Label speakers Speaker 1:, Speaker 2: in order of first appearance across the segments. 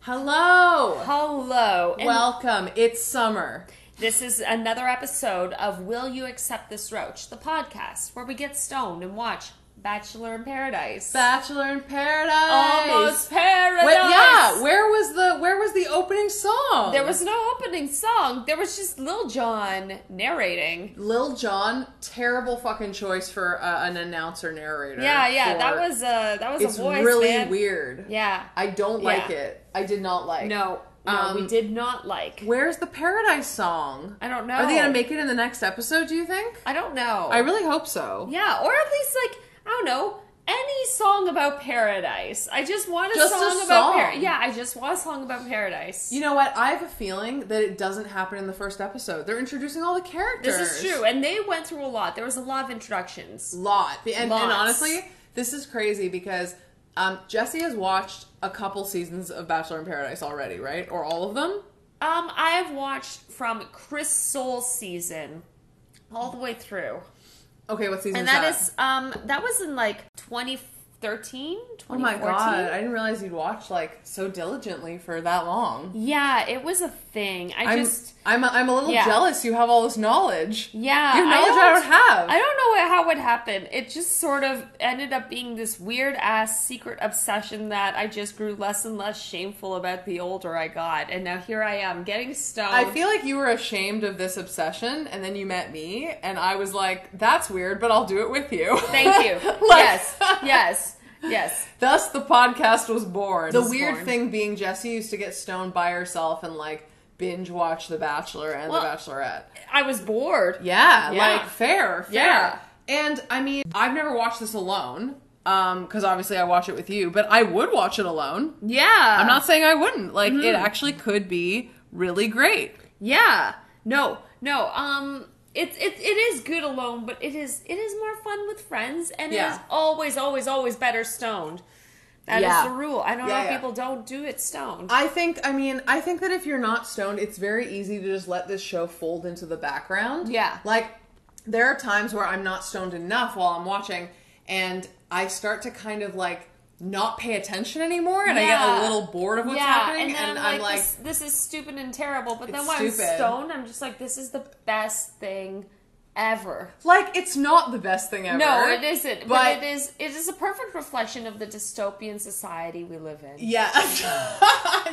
Speaker 1: Hello.
Speaker 2: Hello. And
Speaker 1: Welcome. It's summer.
Speaker 2: this is another episode of Will You Accept This Roach, the podcast where we get stoned and watch Bachelor in Paradise.
Speaker 1: Bachelor in Paradise.
Speaker 2: Almost Paradise.
Speaker 1: Wait, yeah. Where was the Where was the opening song?
Speaker 2: There was no opening song. There was just Lil Jon narrating.
Speaker 1: Lil Jon. Terrible fucking choice for uh, an announcer narrator.
Speaker 2: Yeah, yeah.
Speaker 1: for-
Speaker 2: That was a that was
Speaker 1: It's
Speaker 2: a voice.
Speaker 1: really
Speaker 2: man.
Speaker 1: weird.
Speaker 2: Yeah.
Speaker 1: I don't like
Speaker 2: Yeah.
Speaker 1: it. I did not like.
Speaker 2: No, no, we
Speaker 1: Um,
Speaker 2: did not like.
Speaker 1: Where's the Paradise song?
Speaker 2: I don't know.
Speaker 1: Are they gonna make it in the next episode? Do you think?
Speaker 2: I don't know.
Speaker 1: I really hope so.
Speaker 2: Yeah, or at least like I don't know any song about paradise. I just want a
Speaker 1: Just a
Speaker 2: song about
Speaker 1: song.
Speaker 2: paradise. Yeah, I just want a song about paradise.
Speaker 1: You know what? I have a feeling that it doesn't happen in the first episode. They're introducing all the characters.
Speaker 2: this is true, and they went through a lot. There was a lot of introductions.
Speaker 1: lot. And, and
Speaker 2: Lots.
Speaker 1: honestly, this is crazy because um, Jesse has watched a couple seasons of Bachelor in Paradise already, right? Or all of them?
Speaker 2: Um, I have watched from Chris Soul's season all the way through,
Speaker 1: Okay, what season
Speaker 2: and
Speaker 1: is
Speaker 2: that is um that was in like 2013, 2014.
Speaker 1: Oh my god! I didn't realize you'd watched like so diligently for that long.
Speaker 2: Yeah, it was a thing. I
Speaker 1: I'm
Speaker 2: just
Speaker 1: I'm a, I'm a little
Speaker 2: Yeah.
Speaker 1: jealous. You have all this knowledge.
Speaker 2: Yeah,
Speaker 1: your
Speaker 2: I
Speaker 1: knowledge I don't,
Speaker 2: don't-
Speaker 1: have.
Speaker 2: I don't know what, how it happened. It just sort of ended up being this weird ass secret obsession that I just grew less and less shameful about the older I got. And now here I am getting stoned.
Speaker 1: I feel like you were ashamed of this obsession, and then you met me, and I was like, "That's weird, but I'll do it with you."
Speaker 2: Thank you.
Speaker 1: Like-
Speaker 2: yes, yes, yes.
Speaker 1: Thus, the podcast was born. The
Speaker 2: Was
Speaker 1: weird
Speaker 2: born.
Speaker 1: thing being, Jesse used to get stoned by herself and like binge watch The Bachelor and
Speaker 2: Well,
Speaker 1: The Bachelorette.
Speaker 2: I was bored.
Speaker 1: Yeah,
Speaker 2: Yeah.
Speaker 1: like fair, fair.
Speaker 2: Yeah.
Speaker 1: And I mean, I've never watched this alone. Um, because obviously I watch it with you, but I would watch it alone.
Speaker 2: Yeah. Mm-hmm.
Speaker 1: I'm not saying I wouldn't. Like, it actually could be really great.
Speaker 2: Yeah. No, no. Um it's it, it is good alone, but it is it is more fun with friends and it
Speaker 1: Yeah.
Speaker 2: is always, always, always better stoned. That is
Speaker 1: Yeah.
Speaker 2: the rule. I don't
Speaker 1: Yeah,
Speaker 2: know if
Speaker 1: yeah.
Speaker 2: people don't do it stoned.
Speaker 1: I think, I mean, I think that if you're not stoned, it's very easy to just let this show fold into the background.
Speaker 2: Yeah.
Speaker 1: Like, there are times where I'm not stoned enough while I'm watching, and I start to kind of like not pay attention anymore, and I get
Speaker 2: Yeah.
Speaker 1: a little bored of what's
Speaker 2: yeah,
Speaker 1: happening,
Speaker 2: and then I'm, like,
Speaker 1: like,
Speaker 2: this, this is stupid and terrible. But then
Speaker 1: It's
Speaker 2: when
Speaker 1: stupid.
Speaker 2: I'm stoned, I'm just like, this is the best thing ever.
Speaker 1: like, it's not the best thing ever.
Speaker 2: No, it isn't. But,
Speaker 1: But-
Speaker 2: it is. It is a perfect reflection of the dystopian society we live in.
Speaker 1: Yeah.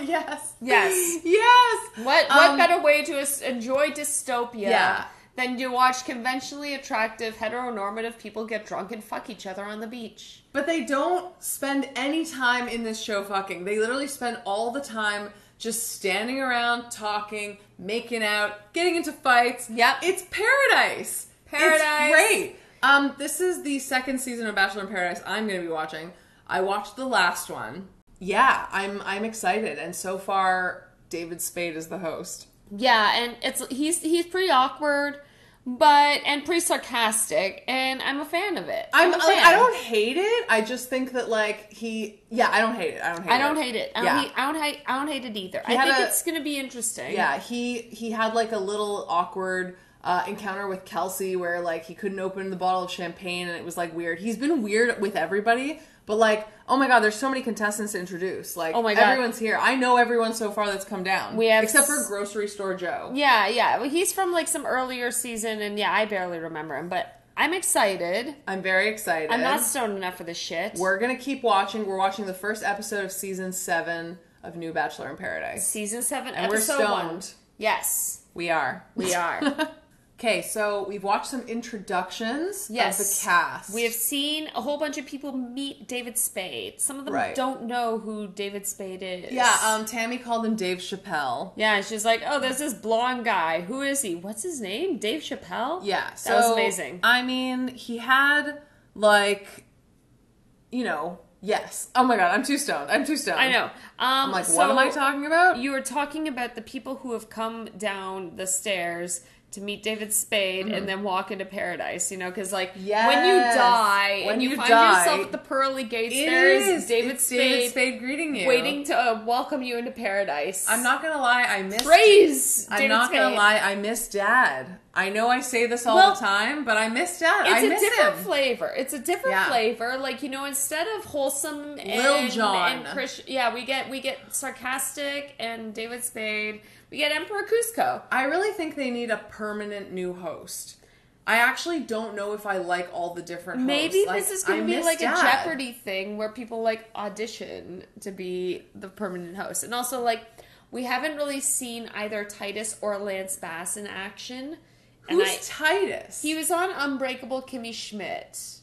Speaker 1: yes.
Speaker 2: Yes.
Speaker 1: Yes.
Speaker 2: What what
Speaker 1: Um,
Speaker 2: better way to es- enjoy dystopia
Speaker 1: Yeah.
Speaker 2: than to watch conventionally attractive heteronormative people get drunk and fuck each other on the beach?
Speaker 1: But they don't spend any time in this show fucking. They literally spend all the time just standing around, talking, making out, getting into fights.
Speaker 2: Yep.
Speaker 1: It's paradise.
Speaker 2: Paradise.
Speaker 1: It's great. Um, this is the second season of Bachelor in Paradise I'm gonna be watching. I watched the last one. Yeah, I'm I'm excited. And so far, David Spade is the host.
Speaker 2: Yeah, and it's he's he's pretty awkward, but and pretty sarcastic, and I'm a fan of it.
Speaker 1: I'm
Speaker 2: a
Speaker 1: like,
Speaker 2: fan.
Speaker 1: I don't hate it. I just think that like he yeah, I don't hate it. I don't hate it.
Speaker 2: I don't hate it. I don't,
Speaker 1: Yeah.
Speaker 2: hate, I don't hate. I don't hate it either. I
Speaker 1: had
Speaker 2: think
Speaker 1: a-
Speaker 2: it's gonna be interesting.
Speaker 1: Yeah, he he had like a little awkward uh, encounter with Kelsey where like he couldn't open the bottle of champagne and it was like weird. He's been weird with everybody, but like oh my god, there's so many contestants to introduce. Like
Speaker 2: Oh my God.
Speaker 1: everyone's here. I know everyone so far that's come down.
Speaker 2: We have
Speaker 1: except for
Speaker 2: s-
Speaker 1: grocery store Joe.
Speaker 2: yeah, yeah. Well, he's from like some earlier season, and yeah, I barely remember him, but I'm excited.
Speaker 1: I'm very excited.
Speaker 2: I'm not stoned enough for this shit.
Speaker 1: We're gonna keep watching. We're watching the first episode of season seven of New Bachelor in Paradise.
Speaker 2: season seven,
Speaker 1: And we're
Speaker 2: episode one.
Speaker 1: stoned.
Speaker 2: Yes,
Speaker 1: We are.
Speaker 2: we are.
Speaker 1: Okay, so we've watched some introductions
Speaker 2: yes,
Speaker 1: of the cast.
Speaker 2: We have seen a whole bunch of people meet David Spade. Some of them
Speaker 1: Right.
Speaker 2: don't know who David Spade is.
Speaker 1: Yeah, um, Tammy called him Dave Chappelle.
Speaker 2: yeah. She's like, oh, there's this blonde guy. Who is he? What's his name? Dave Chappelle.
Speaker 1: Yeah, so um,
Speaker 2: that was amazing.
Speaker 1: I mean, he had like, you know, yes. Oh my god, I'm too stoned. I'm too stoned.
Speaker 2: I know. Um,
Speaker 1: I'm like,
Speaker 2: so
Speaker 1: what am I talking about?
Speaker 2: You were talking about the people who have come down the stairs to meet David Spade and then walk into paradise. You know, because like when
Speaker 1: Mm-hmm.
Speaker 2: you
Speaker 1: Yes.
Speaker 2: die
Speaker 1: When
Speaker 2: and you,
Speaker 1: you
Speaker 2: find
Speaker 1: die,
Speaker 2: yourself at the pearly gates,
Speaker 1: It
Speaker 2: there is
Speaker 1: is.
Speaker 2: David
Speaker 1: It's
Speaker 2: Spade.
Speaker 1: David Spade greeting you.
Speaker 2: Waiting to uh, welcome you into paradise.
Speaker 1: I'm not gonna lie. I miss.
Speaker 2: praise.
Speaker 1: I'm
Speaker 2: David
Speaker 1: not gonna
Speaker 2: Spade.
Speaker 1: lie. I miss Dad. I know I say this all
Speaker 2: Well,
Speaker 1: the time, but I missed out.
Speaker 2: It's
Speaker 1: I
Speaker 2: a
Speaker 1: miss
Speaker 2: different
Speaker 1: him.
Speaker 2: flavor. It's a different
Speaker 1: Yeah.
Speaker 2: flavor. Like you know, instead of wholesome and,
Speaker 1: Lil Jon.
Speaker 2: and Chris, yeah, we get we get sarcastic and David Spade. We get Emperor Cusco.
Speaker 1: I really think they need a permanent new host. I actually don't know if I like all the different.
Speaker 2: Maybe
Speaker 1: hosts. Like,
Speaker 2: this is
Speaker 1: I
Speaker 2: going to be
Speaker 1: miss
Speaker 2: like
Speaker 1: Dad.
Speaker 2: a Jeopardy thing where people like audition to be the permanent host, and also like we haven't really seen either Titus or Lance Bass in action. And
Speaker 1: Who's
Speaker 2: I,
Speaker 1: Titus?
Speaker 2: he was on Unbreakable Kimmy Schmidt.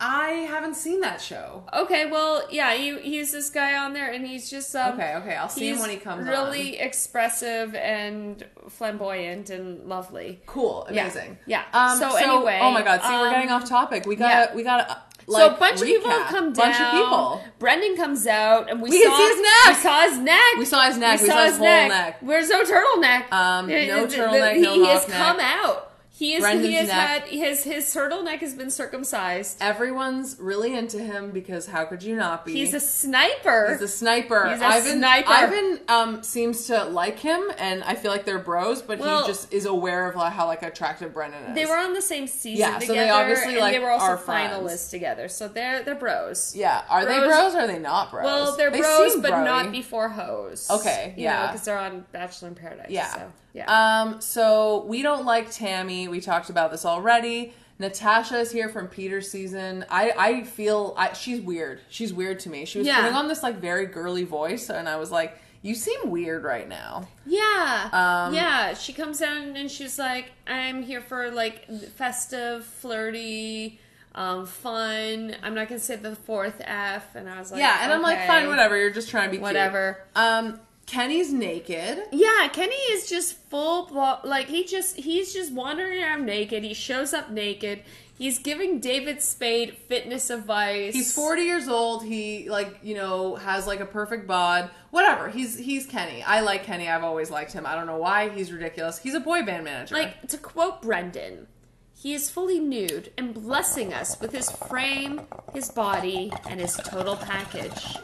Speaker 1: I haven't seen that show.
Speaker 2: Okay, well, yeah, he, he's this guy on there, and he's just um,
Speaker 1: Okay, okay, I'll see him
Speaker 2: he's
Speaker 1: when he comes. on.
Speaker 2: Really expressive and flamboyant and lovely.
Speaker 1: cool,
Speaker 2: Yeah,
Speaker 1: amazing.
Speaker 2: yeah.
Speaker 1: Um,
Speaker 2: So anyway,
Speaker 1: oh my god, see, we're
Speaker 2: um,
Speaker 1: getting off topic. We got, to
Speaker 2: yeah.
Speaker 1: we got. to
Speaker 2: so a bunch of people come down.
Speaker 1: Bunch of people.
Speaker 2: Brendan comes out, and we,
Speaker 1: We
Speaker 2: saw
Speaker 1: can see his neck!
Speaker 2: We saw his neck.
Speaker 1: We saw his neck. We saw his whole neck.
Speaker 2: Where's no turtleneck?
Speaker 1: Um,
Speaker 2: It-
Speaker 1: no
Speaker 2: it- it-
Speaker 1: turtleneck,
Speaker 2: He,
Speaker 1: no
Speaker 2: he has
Speaker 1: half neck.
Speaker 2: come out. He is.
Speaker 1: Brendan's
Speaker 2: he has
Speaker 1: neck.
Speaker 2: had his his turtleneck has been circumcised.
Speaker 1: Everyone's really into him because how could you not be?
Speaker 2: He's a sniper.
Speaker 1: He's a sniper.
Speaker 2: He's a
Speaker 1: Ivan,
Speaker 2: sniper.
Speaker 1: Ivan um, seems to like him, and I feel like they're bros, but
Speaker 2: Well-
Speaker 1: he just is aware of like, how like attractive Brennan is.
Speaker 2: They were on the same season
Speaker 1: Yeah, so they
Speaker 2: together,
Speaker 1: obviously,
Speaker 2: and
Speaker 1: like,
Speaker 2: they were also
Speaker 1: are
Speaker 2: finalists
Speaker 1: friends.
Speaker 2: together. So they're they're bros.
Speaker 1: yeah. Are they
Speaker 2: Bros-
Speaker 1: bros? or Are they not bros?
Speaker 2: Well, they're
Speaker 1: They
Speaker 2: bros,
Speaker 1: seem
Speaker 2: but
Speaker 1: bro-y.
Speaker 2: not before hoes.
Speaker 1: Okay,
Speaker 2: you
Speaker 1: yeah.
Speaker 2: because they're on Bachelor in Paradise.
Speaker 1: Yeah.
Speaker 2: so, yeah.
Speaker 1: Um. So we don't like Tammy. We talked about this already. Natasha is here from Peter's season. I I feel I, she's weird. She's weird to me. She was
Speaker 2: Yeah.
Speaker 1: putting on this like very girly voice, and I was like, "You seem weird right now."
Speaker 2: yeah,
Speaker 1: um,
Speaker 2: yeah. She comes down and she's like, "I'm here for like festive, flirty, um, fun. I'm not gonna say the fourth F." And I was like,
Speaker 1: Yeah, and I'm like,
Speaker 2: okay,
Speaker 1: "Fine, whatever. You're just trying to be cute."
Speaker 2: whatever."
Speaker 1: Um. Kenny's naked.
Speaker 2: Yeah, Kenny is just full blown. Like he just he's just wandering around naked. He shows up naked. He's giving David Spade fitness advice.
Speaker 1: He's 40 years old. He like, you know, has like a perfect bod. Whatever. He's he's Kenny. I like Kenny. I've always liked him. I don't know why. He's ridiculous. He's a boy band manager.
Speaker 2: Like to quote Brendan, he is fully nude and blessing us with his frame, his body, and his total package.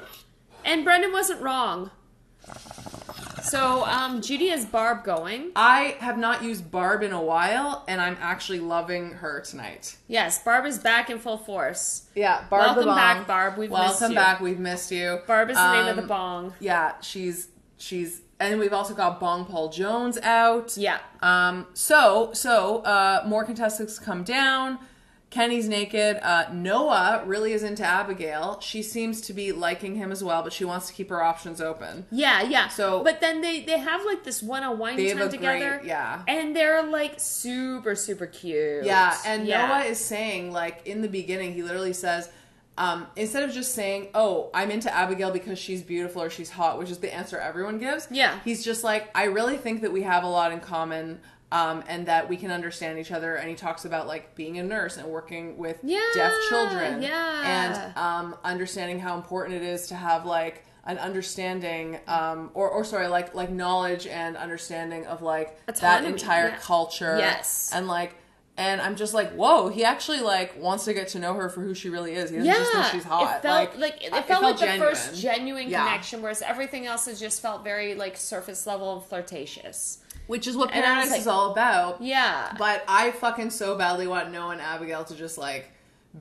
Speaker 2: And Brendan wasn't wrong. So um, Judy has Barb going.
Speaker 1: I have not used Barb in a while, and I'm actually loving her tonight.
Speaker 2: Yes, Barb is back in full force.
Speaker 1: Yeah,
Speaker 2: Welcome
Speaker 1: the bomb.
Speaker 2: back, Barb. We've
Speaker 1: Welcome
Speaker 2: missed you.
Speaker 1: back. We've missed you.
Speaker 2: Barb is the name of the
Speaker 1: Um,
Speaker 2: bong.
Speaker 1: Yeah, she's she's, and we've also got Bong Paul Jones out.
Speaker 2: Yeah.
Speaker 1: Um. So so uh, more contestants come down. Kenny's naked. Uh, Noah really is into Abigail. She seems to be liking him as well, but she wants to keep her options open.
Speaker 2: Yeah, yeah.
Speaker 1: So-
Speaker 2: but then they they have like this one on wine
Speaker 1: They have
Speaker 2: time
Speaker 1: a
Speaker 2: together.
Speaker 1: great, yeah.
Speaker 2: and they're like super super cute.
Speaker 1: Yeah, and Noah is saying like in the beginning, he literally says, um, instead of just saying, "Oh, I'm into Abigail because she's beautiful or she's hot," which is the answer everyone gives.
Speaker 2: Yeah.
Speaker 1: he's just like, I really think that we have a lot in common. Um, and that we can understand each other. And he talks about like being a nurse and working with
Speaker 2: Yeah,
Speaker 1: deaf children,
Speaker 2: yeah.
Speaker 1: and um, understanding how important it is to have like an understanding, um, or or sorry, like like knowledge and understanding of like that
Speaker 2: Autonomy,
Speaker 1: entire
Speaker 2: yeah.
Speaker 1: culture.
Speaker 2: Yes.
Speaker 1: and like and I'm just like, whoa, he actually like wants to get to know her for who she really is. He doesn't
Speaker 2: yeah.
Speaker 1: just think she's hot.
Speaker 2: It felt like, it,
Speaker 1: I-
Speaker 2: felt like the first genuine
Speaker 1: Yeah.
Speaker 2: connection, whereas everything else has just felt very like surface level and flirtatious.
Speaker 1: which is what
Speaker 2: and I was
Speaker 1: Paradise
Speaker 2: like-
Speaker 1: is all about.
Speaker 2: Yeah,
Speaker 1: But I fucking so badly want Noah and Abigail to just like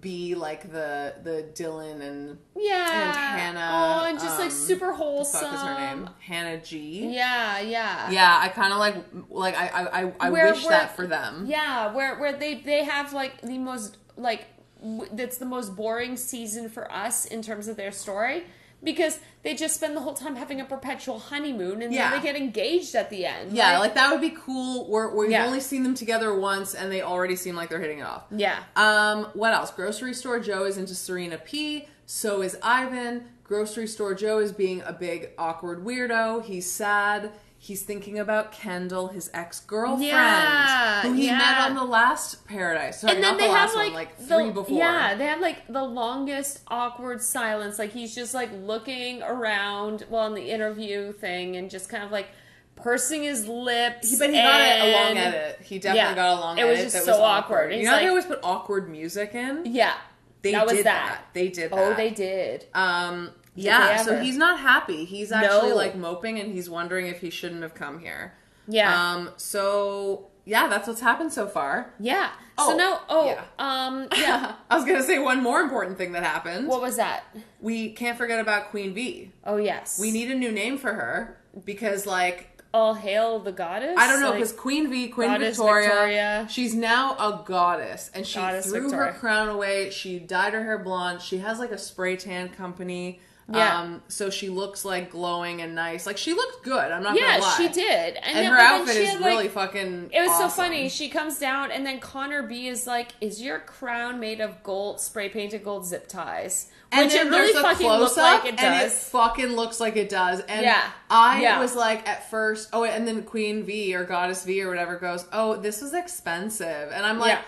Speaker 1: be like the the Dylan and
Speaker 2: yeah.
Speaker 1: and Hannah,
Speaker 2: Oh, and just like
Speaker 1: um,
Speaker 2: super wholesome.
Speaker 1: fuck is her name Hannah G.
Speaker 2: Yeah, yeah,
Speaker 1: Yeah, I kind of like like I I I, I
Speaker 2: Where-
Speaker 1: wish
Speaker 2: where-
Speaker 1: that for them.
Speaker 2: Yeah, where where they they have like the most like w- that's the most boring season for us in terms of their story because they just spend the whole time having a perpetual honeymoon and
Speaker 1: Yeah.
Speaker 2: then they get engaged at the end.
Speaker 1: Yeah,
Speaker 2: right?
Speaker 1: like that would be cool. We're, we've
Speaker 2: Yeah.
Speaker 1: only seen them together once, and they already seem like they're hitting it off.
Speaker 2: yeah.
Speaker 1: Um, what else? Grocery store Joe is into Serena P. So is Ivan. Grocery store Joe is being a big awkward weirdo. He's sad. He's thinking about Kendall, his ex girlfriend,
Speaker 2: Yeah,
Speaker 1: who he
Speaker 2: yeah.
Speaker 1: met on the last Paradise. Sorry,
Speaker 2: and
Speaker 1: not
Speaker 2: then they
Speaker 1: the
Speaker 2: have
Speaker 1: last
Speaker 2: like,
Speaker 1: one, like
Speaker 2: the-
Speaker 1: three before.
Speaker 2: Yeah, they have like the longest awkward silence. Like he's just like looking around while in the interview thing and just kind of like pursing his lips.
Speaker 1: He- but he got it a long
Speaker 2: and-
Speaker 1: edit. He definitely
Speaker 2: Yeah.
Speaker 1: got a long
Speaker 2: It
Speaker 1: edit.
Speaker 2: was just
Speaker 1: that
Speaker 2: so
Speaker 1: was
Speaker 2: awkward.
Speaker 1: awkward. You
Speaker 2: He's
Speaker 1: know, how they
Speaker 2: like-
Speaker 1: always put awkward music in.
Speaker 2: Yeah.
Speaker 1: They
Speaker 2: that was
Speaker 1: did
Speaker 2: that.
Speaker 1: They did.
Speaker 2: Oh,
Speaker 1: that.
Speaker 2: they did.
Speaker 1: Um, yeah,
Speaker 2: they
Speaker 1: so
Speaker 2: ever?
Speaker 1: he's not happy. He's actually
Speaker 2: No.
Speaker 1: like moping and he's wondering if he shouldn't have come here.
Speaker 2: Yeah.
Speaker 1: Um, so yeah, that's what's happened so far.
Speaker 2: Yeah.
Speaker 1: Oh,
Speaker 2: so now, oh,
Speaker 1: yeah.
Speaker 2: um, yeah.
Speaker 1: I was gonna say one more important thing that happened.
Speaker 2: what was that?
Speaker 1: we can't forget about Queen Bee.
Speaker 2: Oh yes.
Speaker 1: We need a new name for her because, like,
Speaker 2: all hail the goddess.
Speaker 1: I don't know,
Speaker 2: Like,
Speaker 1: because Queen V, Queen
Speaker 2: Goddess
Speaker 1: Victoria,
Speaker 2: Victoria.
Speaker 1: she's now a goddess, and she
Speaker 2: Goddess
Speaker 1: threw
Speaker 2: Victoria.
Speaker 1: her crown away. She dyed her hair blonde. She has like a spray tan company.
Speaker 2: Yeah.
Speaker 1: Um, so she looks like glowing and nice. Like she looked good. I'm not gonna
Speaker 2: yeah,
Speaker 1: lie.
Speaker 2: she did, and,
Speaker 1: And
Speaker 2: then-
Speaker 1: her
Speaker 2: but then
Speaker 1: outfit
Speaker 2: she
Speaker 1: is
Speaker 2: had, like-
Speaker 1: really fucking.
Speaker 2: It was so
Speaker 1: awesome.
Speaker 2: funny. She comes down, and then Connor B is like, "Is your crown made of gold, spray painted gold zip ties?"
Speaker 1: And
Speaker 2: Which
Speaker 1: then
Speaker 2: it really
Speaker 1: there's a
Speaker 2: fucking
Speaker 1: close
Speaker 2: looked
Speaker 1: up,
Speaker 2: like it
Speaker 1: and it
Speaker 2: does.
Speaker 1: fucking looks like it does. And
Speaker 2: Yeah.
Speaker 1: I
Speaker 2: Yeah.
Speaker 1: was like, at first, oh, and then Queen V or Goddess V or whatever goes, oh, this is expensive, and I'm like,
Speaker 2: Yeah.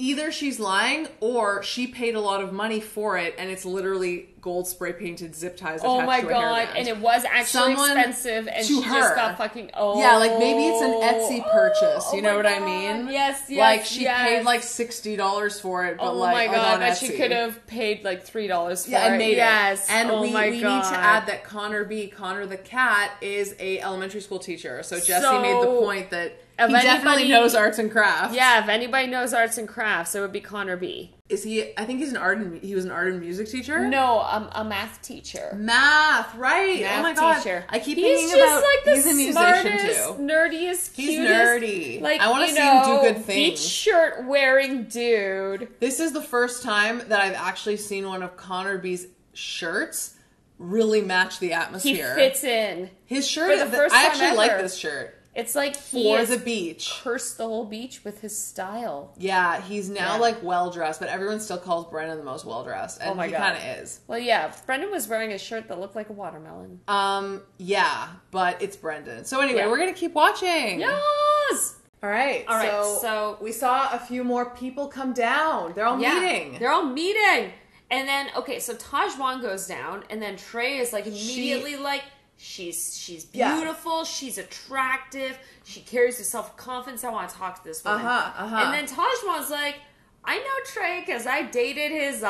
Speaker 1: either she's lying or she paid a lot of money for it, and it's literally gold spray painted zip ties.
Speaker 2: oh
Speaker 1: attached
Speaker 2: my
Speaker 1: to a
Speaker 2: god!
Speaker 1: hairband.
Speaker 2: And it was actually
Speaker 1: Someone
Speaker 2: expensive, and
Speaker 1: to
Speaker 2: she
Speaker 1: her.
Speaker 2: just got fucking oh
Speaker 1: yeah, like maybe it's an Etsy purchase.
Speaker 2: Oh,
Speaker 1: you
Speaker 2: oh
Speaker 1: know
Speaker 2: my
Speaker 1: what I
Speaker 2: God.
Speaker 1: mean?
Speaker 2: Yes, yes.
Speaker 1: like she
Speaker 2: yes.
Speaker 1: paid like sixty dollars for it, but
Speaker 2: Oh
Speaker 1: like
Speaker 2: my
Speaker 1: on-
Speaker 2: god!
Speaker 1: on
Speaker 2: But she
Speaker 1: Etsy.
Speaker 2: could have paid like three dollars for
Speaker 1: Yeah,
Speaker 2: it.
Speaker 1: and made
Speaker 2: yes.
Speaker 1: it. And
Speaker 2: oh
Speaker 1: we,
Speaker 2: my
Speaker 1: we
Speaker 2: god.
Speaker 1: need to add that Connor B, Connor the cat, is a elementary school teacher. So Jesse
Speaker 2: So,
Speaker 1: made the point that he
Speaker 2: if
Speaker 1: definitely
Speaker 2: anybody-
Speaker 1: knows arts and crafts.
Speaker 2: Yeah, if anybody knows arts and crafts, it would be Connor B.
Speaker 1: Is he? I think he's an art. And, he was an art and music teacher.
Speaker 2: No, um, a math teacher.
Speaker 1: Math, right? oh
Speaker 2: Math
Speaker 1: my god!
Speaker 2: teacher.
Speaker 1: I keep
Speaker 2: He's
Speaker 1: thinking
Speaker 2: just
Speaker 1: about
Speaker 2: like the
Speaker 1: he's a
Speaker 2: smartest,
Speaker 1: musician too.
Speaker 2: nerdiest, cutest.
Speaker 1: He's nerdy.
Speaker 2: Like
Speaker 1: I wanna
Speaker 2: you
Speaker 1: see him do
Speaker 2: know,
Speaker 1: good things.
Speaker 2: Beach shirt wearing dude.
Speaker 1: This is the first time that I've actually seen one of Connor B's shirts really match the
Speaker 2: He
Speaker 1: atmosphere.
Speaker 2: fits in.
Speaker 1: His shirt.
Speaker 2: for the
Speaker 1: is-
Speaker 2: first
Speaker 1: I
Speaker 2: time
Speaker 1: actually like
Speaker 2: ever.
Speaker 1: this shirt
Speaker 2: It's like he
Speaker 1: for
Speaker 2: has
Speaker 1: the beach.
Speaker 2: cursed the whole beach with his style.
Speaker 1: Yeah, he's now
Speaker 2: Yeah.
Speaker 1: like well dressed, but everyone still calls Brennan the most well dressed, and
Speaker 2: Oh my
Speaker 1: he
Speaker 2: God.
Speaker 1: kind of is.
Speaker 2: Well, yeah, Brendan was wearing a shirt that looked like a watermelon.
Speaker 1: Um, yeah, but it's Brendan. So anyway,
Speaker 2: Yeah.
Speaker 1: we're gonna keep watching.
Speaker 2: Yes.
Speaker 1: All right.
Speaker 2: All right,
Speaker 1: So,
Speaker 2: so-
Speaker 1: we saw a few more people come down. They're all
Speaker 2: Yeah,
Speaker 1: meeting.
Speaker 2: They're all meeting. And then okay, so Tajwan goes down, and then Trey is like immediately like she's she's
Speaker 1: Yeah.
Speaker 2: beautiful, she's attractive, she carries herself with confidence. I want to talk to this woman.
Speaker 1: Uh-huh, uh-huh.
Speaker 2: And then Tajwan's like, I know Trey because I dated his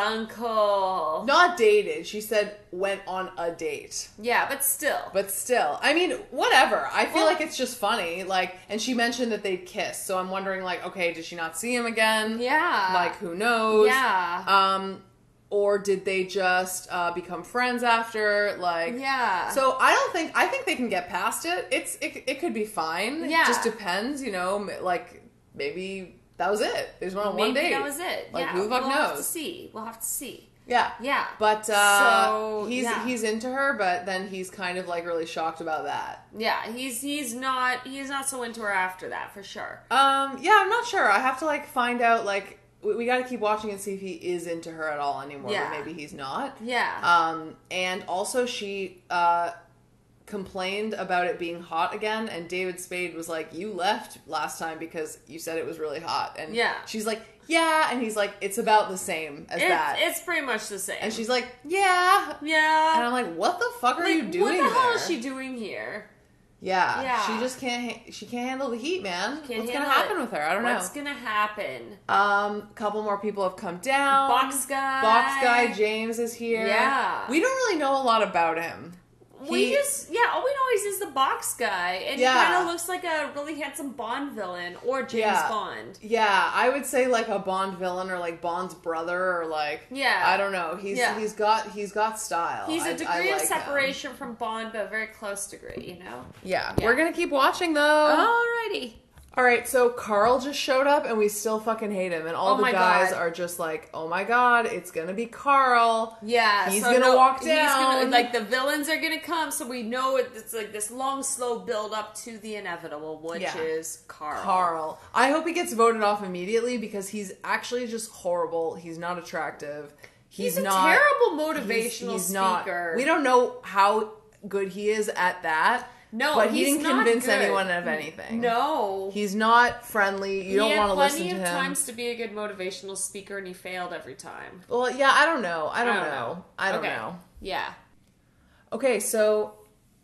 Speaker 2: uncle.
Speaker 1: Not dated. She said went on a date.
Speaker 2: Yeah, but still.
Speaker 1: But still, I mean, whatever. I feel
Speaker 2: Well-
Speaker 1: like it's just funny. Like, and she mentioned that they kissed, so I'm wondering, like, okay, did she not see him again?
Speaker 2: yeah.
Speaker 1: Like, who knows?
Speaker 2: Yeah.
Speaker 1: Um, or did they just uh, become friends after? Like,
Speaker 2: Yeah.
Speaker 1: So I don't think I think they can get past it. It's it, it could be fine.
Speaker 2: Yeah.
Speaker 1: It just depends, you know. m- Like maybe that was it. There's one on one
Speaker 2: maybe
Speaker 1: date.
Speaker 2: that was it.
Speaker 1: Like
Speaker 2: yeah.
Speaker 1: who the fuck
Speaker 2: we'll have to
Speaker 1: knows?
Speaker 2: see. We'll have to see.
Speaker 1: Yeah.
Speaker 2: Yeah.
Speaker 1: But uh,
Speaker 2: So,
Speaker 1: he's
Speaker 2: yeah.
Speaker 1: he's into her, but then he's kind of like really shocked about that.
Speaker 2: Yeah, he's he's not he's not so into her after that for sure.
Speaker 1: Um, yeah, I'm not sure. I have to like find out. Like, we, we got to keep watching and see if he is into her at all anymore.
Speaker 2: Yeah.
Speaker 1: But maybe he's not.
Speaker 2: Yeah.
Speaker 1: Um, and also she uh, complained about it being hot again, and David Spade was like, "You left last time because you said it was really hot." And
Speaker 2: Yeah.
Speaker 1: she's like, "Yeah," and he's like, "It's about the same as
Speaker 2: It's,
Speaker 1: that."
Speaker 2: it's pretty much the same.
Speaker 1: and she's like, "Yeah."
Speaker 2: yeah.
Speaker 1: And I'm like, "What the fuck are
Speaker 2: Like,
Speaker 1: you doing
Speaker 2: What the
Speaker 1: there?"
Speaker 2: hell is she doing here?
Speaker 1: Yeah,
Speaker 2: Yeah.
Speaker 1: she just can't. Ha- she can't handle the heat, man.
Speaker 2: Can't
Speaker 1: What's gonna
Speaker 2: handle
Speaker 1: happen
Speaker 2: it.
Speaker 1: with her? I don't
Speaker 2: What's
Speaker 1: know.
Speaker 2: gonna happen?
Speaker 1: Um, couple more people have come down.
Speaker 2: Box guy.
Speaker 1: Um, Box guy James is here.
Speaker 2: Yeah.
Speaker 1: We don't really know a lot about him.
Speaker 2: we
Speaker 1: He-
Speaker 2: just yeah, all we know is he's the box guy, and
Speaker 1: Yeah.
Speaker 2: he kind of looks like a really handsome Bond villain or James
Speaker 1: Yeah.
Speaker 2: Bond.
Speaker 1: Yeah, I would say like a Bond villain or like Bond's brother or like
Speaker 2: Yeah.
Speaker 1: I don't know. He's
Speaker 2: Yeah.
Speaker 1: he's got he's got style.
Speaker 2: He's
Speaker 1: Oh, I-
Speaker 2: a
Speaker 1: I
Speaker 2: degree
Speaker 1: like
Speaker 2: of
Speaker 1: him.
Speaker 2: separation from Bond, but a very close degree, you know.
Speaker 1: Yeah.
Speaker 2: Yeah. Oh.
Speaker 1: we're gonna keep watching though.
Speaker 2: Alrighty.
Speaker 1: All right, so Carl just showed up and we still fucking hate him, and all
Speaker 2: Oh
Speaker 1: the
Speaker 2: my
Speaker 1: guys
Speaker 2: God.
Speaker 1: are just like, oh my god, it's gonna be Carl.
Speaker 2: Yeah,
Speaker 1: He's gonna walk
Speaker 2: gonna-
Speaker 1: down.
Speaker 2: like the villains are gonna come, so we know it, it's like this long, slow build up to the inevitable, which
Speaker 1: Yeah.
Speaker 2: is Carl.
Speaker 1: Carl. I hope he gets voted off immediately because he's actually just horrible. He's not attractive. He's,
Speaker 2: He's, a
Speaker 1: not
Speaker 2: terrible
Speaker 1: he's-
Speaker 2: motivational
Speaker 1: he's not-
Speaker 2: speaker.
Speaker 1: we don't know how good he is at that.
Speaker 2: No,
Speaker 1: but he
Speaker 2: he's
Speaker 1: didn't
Speaker 2: not
Speaker 1: convince
Speaker 2: good.
Speaker 1: anyone of anything.
Speaker 2: No,
Speaker 1: he's not friendly. You
Speaker 2: he
Speaker 1: don't
Speaker 2: had
Speaker 1: want to
Speaker 2: plenty
Speaker 1: listen to
Speaker 2: of
Speaker 1: him.
Speaker 2: times to be a good motivational speaker, and he failed every time.
Speaker 1: Well, yeah, I don't know. I don't,
Speaker 2: don't
Speaker 1: know.
Speaker 2: know.
Speaker 1: I don't
Speaker 2: Okay.
Speaker 1: know.
Speaker 2: Yeah.
Speaker 1: Okay, so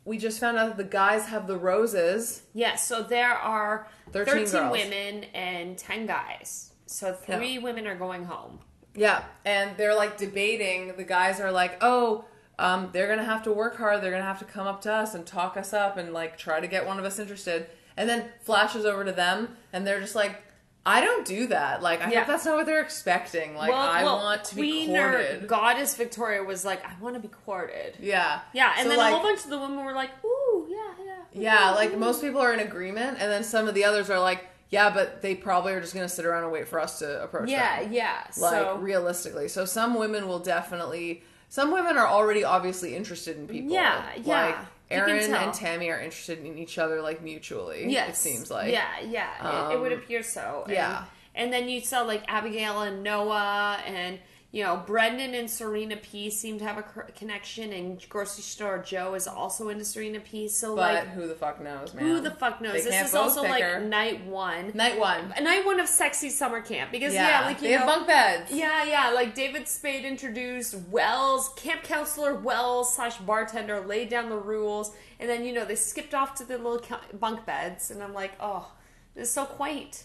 Speaker 1: we just found out that the guys have the roses.
Speaker 2: Yeah. So there are
Speaker 1: 13
Speaker 2: thirteen,
Speaker 1: girls.
Speaker 2: women and ten guys. So three women are going home.
Speaker 1: Yeah, and they're like debating. The guys are like, "Oh, um, they're gonna have to work hard. They're gonna have to come up to us and talk us up and like try to get one of us interested." and then flashes over to them, and they're just like, I don't do that. Like, I
Speaker 2: Yeah.
Speaker 1: hope that's not what they're expecting. Like, I want to be
Speaker 2: Queen or
Speaker 1: courted.
Speaker 2: Goddess Victoria was like, I want to be courted.
Speaker 1: yeah.
Speaker 2: Yeah, and
Speaker 1: So,
Speaker 2: then
Speaker 1: like,
Speaker 2: a whole bunch of the women were like, ooh, yeah, yeah.
Speaker 1: Yeah,
Speaker 2: ooh,
Speaker 1: like
Speaker 2: ooh."
Speaker 1: most people are in agreement, and then some of the others are like, yeah, but they probably are just gonna sit around and wait for us to approach
Speaker 2: Yeah,
Speaker 1: them.
Speaker 2: yeah.
Speaker 1: Like
Speaker 2: so
Speaker 1: realistically, so some women will definitely. Some women are already obviously interested in people.
Speaker 2: Yeah, yeah.
Speaker 1: Like
Speaker 2: You can
Speaker 1: Aaron
Speaker 2: tell.
Speaker 1: and Tammy are interested in each other like mutually. it
Speaker 2: yes,
Speaker 1: seems like.
Speaker 2: Yeah, yeah. it, it would
Speaker 1: Um,
Speaker 2: appear so. And,
Speaker 1: yeah.
Speaker 2: And then you saw like Abigail and Noah and. You know, Brendan and Serena P seem to have a cr- connection, and grocery store Joe is also into Serena P. So,
Speaker 1: But
Speaker 2: like,
Speaker 1: who the fuck knows, man?
Speaker 2: who the fuck knows?
Speaker 1: They
Speaker 2: This
Speaker 1: can't
Speaker 2: is
Speaker 1: both
Speaker 2: also
Speaker 1: pick
Speaker 2: like
Speaker 1: her.
Speaker 2: night one.
Speaker 1: night one.
Speaker 2: And I went of sexy summer camp because yeah,
Speaker 1: Yeah,
Speaker 2: like you
Speaker 1: they have
Speaker 2: know,
Speaker 1: bunk beds.
Speaker 2: yeah, yeah, like David Spade introduced Wells, camp counselor Wells slash bartender laid down the rules, and then you know they skipped off to the little cou- bunk beds, and I'm like, oh, it's so quaint,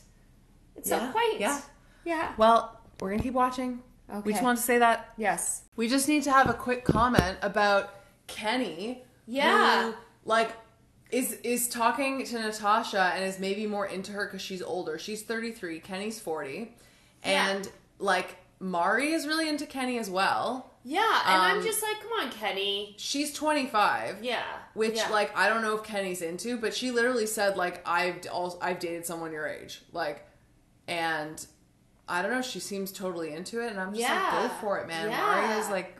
Speaker 2: it's so
Speaker 1: Yeah,
Speaker 2: quaint,
Speaker 1: yeah.
Speaker 2: yeah.
Speaker 1: Well, we're gonna keep watching. We
Speaker 2: Okay.
Speaker 1: just want to say that
Speaker 2: yes,
Speaker 1: We just need to have a quick comment about Kenny.
Speaker 2: Yeah.
Speaker 1: who, like is is talking to Natasha and is maybe more into her cuz she's older. She's 33, Kenny's 40. And like Mari is really into Kenny as well.
Speaker 2: yeah, and I'm
Speaker 1: Um,
Speaker 2: just like, come on, Kenny,
Speaker 1: She's 25.
Speaker 2: yeah,
Speaker 1: Which
Speaker 2: yeah.
Speaker 1: like I don't know if Kenny's into, but she literally said like I've also, I've dated someone your age. Like and I don't know, she seems totally into it and I'm just
Speaker 2: Yeah.
Speaker 1: like go for it, man.
Speaker 2: Yeah.
Speaker 1: Maria is like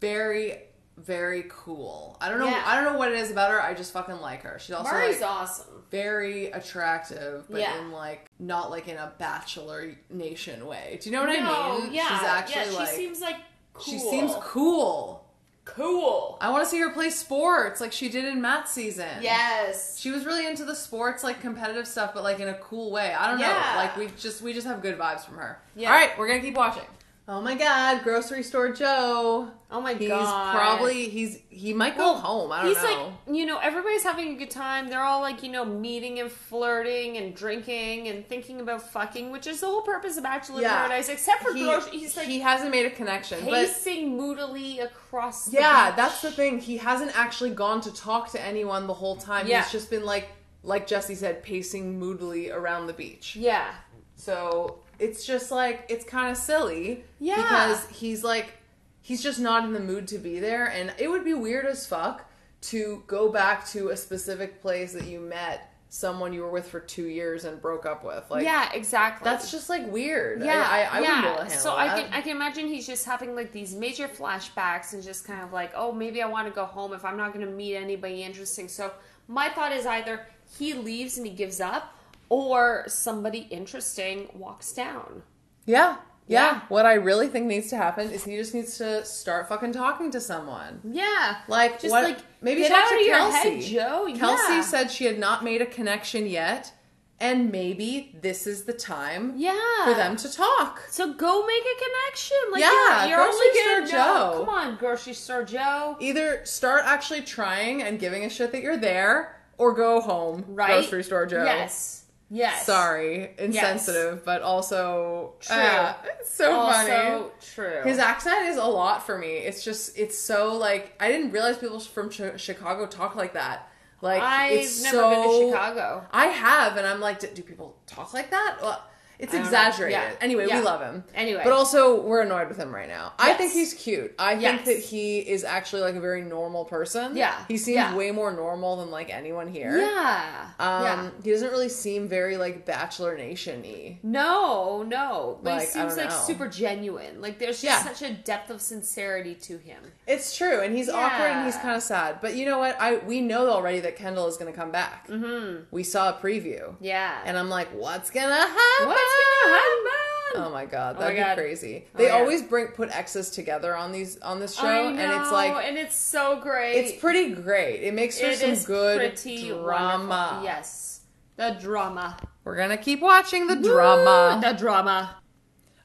Speaker 1: very very cool. I don't know
Speaker 2: Yeah.
Speaker 1: I don't know what it is about her. I just fucking like her. She's also
Speaker 2: Mari's
Speaker 1: like,
Speaker 2: awesome,
Speaker 1: very attractive, but
Speaker 2: Yeah.
Speaker 1: in like not like in a bachelor nation way. Do you know what I
Speaker 2: no,
Speaker 1: mean?
Speaker 2: yeah,
Speaker 1: She's actually
Speaker 2: yeah, she
Speaker 1: like
Speaker 2: seems like cool,
Speaker 1: she seems cool.
Speaker 2: cool,
Speaker 1: I want to see her play sports like she did in Matt's season.
Speaker 2: yes,
Speaker 1: She was really into the sports, like competitive stuff, but like in a cool way. I don't
Speaker 2: Yeah.
Speaker 1: know. Like we just we just have good vibes from her.
Speaker 2: Yeah.
Speaker 1: All right, we're gonna keep watching. Oh my God, grocery store Joe.
Speaker 2: oh my
Speaker 1: He's
Speaker 2: god,
Speaker 1: probably he's he might go
Speaker 2: Well,
Speaker 1: home. I don't
Speaker 2: he's
Speaker 1: know.
Speaker 2: like, you know, everybody's having a good time. They're all like, you know, meeting and flirting and drinking and thinking about fucking, which is the whole purpose of Bachelor in
Speaker 1: Yeah.
Speaker 2: Paradise, except for
Speaker 1: he,
Speaker 2: grocery. He's like
Speaker 1: he hasn't made a connection, but.
Speaker 2: pacing moodily across. The
Speaker 1: Yeah,
Speaker 2: beach.
Speaker 1: that's the thing. He hasn't actually gone to talk to anyone the whole time.
Speaker 2: Yeah.
Speaker 1: He's just been like, like Jesse said, pacing moodily around the beach.
Speaker 2: yeah,
Speaker 1: So it's just like it's kind of silly.
Speaker 2: Yeah.
Speaker 1: Because he's like he's just not in the mood to be there and it would be weird as fuck to go back to a specific place that you met someone you were with for 2 years and broke up with. Like
Speaker 2: yeah, exactly.
Speaker 1: that's just like weird.
Speaker 2: yeah,
Speaker 1: I I, I
Speaker 2: yeah.
Speaker 1: wouldn't be able to handle
Speaker 2: so I
Speaker 1: that.
Speaker 2: can I can imagine he's just having like these major flashbacks and just kind of like, oh, maybe I want to go home if I'm not going to meet anybody interesting. So my thought is either he leaves and he gives up, or somebody interesting walks down.
Speaker 1: yeah.
Speaker 2: Yeah.
Speaker 1: Yeah. What I really think needs to happen is he just needs to start fucking talking to someone.
Speaker 2: Yeah,
Speaker 1: Like
Speaker 2: just
Speaker 1: what,
Speaker 2: like
Speaker 1: maybe
Speaker 2: get
Speaker 1: talk
Speaker 2: out
Speaker 1: to
Speaker 2: of your
Speaker 1: Kelsey.
Speaker 2: head, Joe.
Speaker 1: Kelsey
Speaker 2: yeah.
Speaker 1: said she had not made a connection yet, and maybe this is the time
Speaker 2: yeah
Speaker 1: for them to talk.
Speaker 2: So go make a connection. Like
Speaker 1: Yeah,
Speaker 2: you're, you're
Speaker 1: grocery
Speaker 2: only gonna
Speaker 1: store
Speaker 2: know-
Speaker 1: Joe.
Speaker 2: Come on, grocery store Joe.
Speaker 1: Either start actually trying and giving a shit that you're there, or go home.
Speaker 2: Right?
Speaker 1: Grocery store Joe.
Speaker 2: Yes. Yes.
Speaker 1: Sorry, insensitive, but also
Speaker 2: True.
Speaker 1: ah, it's so funny.
Speaker 2: Also true.
Speaker 1: His accent is a lot for me. It's just, it's so like I didn't realize people from Chi- Chicago talk like that. Like
Speaker 2: I've
Speaker 1: it's
Speaker 2: never
Speaker 1: so-
Speaker 2: been to Chicago.
Speaker 1: I have, and I'm like, do, do people talk like that? Well, it's
Speaker 2: I don't know.
Speaker 1: exaggerated.
Speaker 2: Yeah.
Speaker 1: Anyway,
Speaker 2: Yeah.
Speaker 1: we love him.
Speaker 2: Anyway.
Speaker 1: but also we're annoyed with him right now. I
Speaker 2: Yes.
Speaker 1: think he's cute. I
Speaker 2: Yes.
Speaker 1: think that he is actually like a very normal person.
Speaker 2: Yeah.
Speaker 1: he seems
Speaker 2: Yeah.
Speaker 1: way more normal than like anyone here.
Speaker 2: Yeah.
Speaker 1: Um,
Speaker 2: yeah.
Speaker 1: he doesn't really seem very like Bachelor Nation y.
Speaker 2: No, no. But he
Speaker 1: Like, I
Speaker 2: seems
Speaker 1: don't
Speaker 2: like
Speaker 1: know.
Speaker 2: super genuine. Like there's just
Speaker 1: Yeah.
Speaker 2: such a depth of sincerity to him.
Speaker 1: It's true, and he's awkward and he's
Speaker 2: Yeah.
Speaker 1: kind of sad. But you know what? I we know already that Kendall is going to come back. Mm-hmm. We saw a preview,
Speaker 2: Yeah.
Speaker 1: and I'm like, what's gonna happen?
Speaker 2: What's gonna happen?
Speaker 1: Oh my god,
Speaker 2: Oh
Speaker 1: that'd
Speaker 2: my God.
Speaker 1: be crazy.
Speaker 2: Oh
Speaker 1: They
Speaker 2: my God.
Speaker 1: always bring put exes together on these on this show,
Speaker 2: I
Speaker 1: Oh, and it's
Speaker 2: know,
Speaker 1: like
Speaker 2: and it's so great.
Speaker 1: it's pretty great. It makes for
Speaker 2: It
Speaker 1: some
Speaker 2: is
Speaker 1: good
Speaker 2: pretty
Speaker 1: drama.
Speaker 2: wonderful. Yes. The drama.
Speaker 1: We're gonna keep watching the drama.
Speaker 2: Woo, The drama.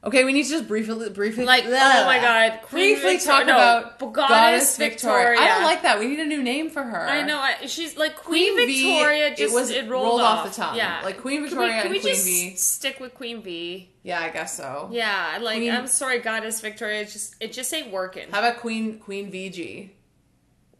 Speaker 1: Okay, we need to just briefly, briefly,
Speaker 2: Like, oh my God, Queen
Speaker 1: briefly
Speaker 2: Victor-
Speaker 1: talk
Speaker 2: no,
Speaker 1: about
Speaker 2: Goddess
Speaker 1: Goddess Victoria. I
Speaker 2: Victoria.
Speaker 1: don't like that. We need a new name for her.
Speaker 2: I know. I, she's like Queen,
Speaker 1: Queen V,
Speaker 2: Victoria.
Speaker 1: it
Speaker 2: Just it,
Speaker 1: was
Speaker 2: rolled,
Speaker 1: rolled
Speaker 2: off.
Speaker 1: off the tongue.
Speaker 2: Yeah,
Speaker 1: Like, Queen
Speaker 2: Can we-
Speaker 1: Victoria
Speaker 2: Can
Speaker 1: and
Speaker 2: we,
Speaker 1: Queen
Speaker 2: just
Speaker 1: V.
Speaker 2: stick with Queen V?
Speaker 1: Yeah, I guess so.
Speaker 2: Yeah, like
Speaker 1: Queen-
Speaker 2: I'm sorry, Goddess Victoria. It's just it just ain't working.
Speaker 1: How about Queen Queen VG?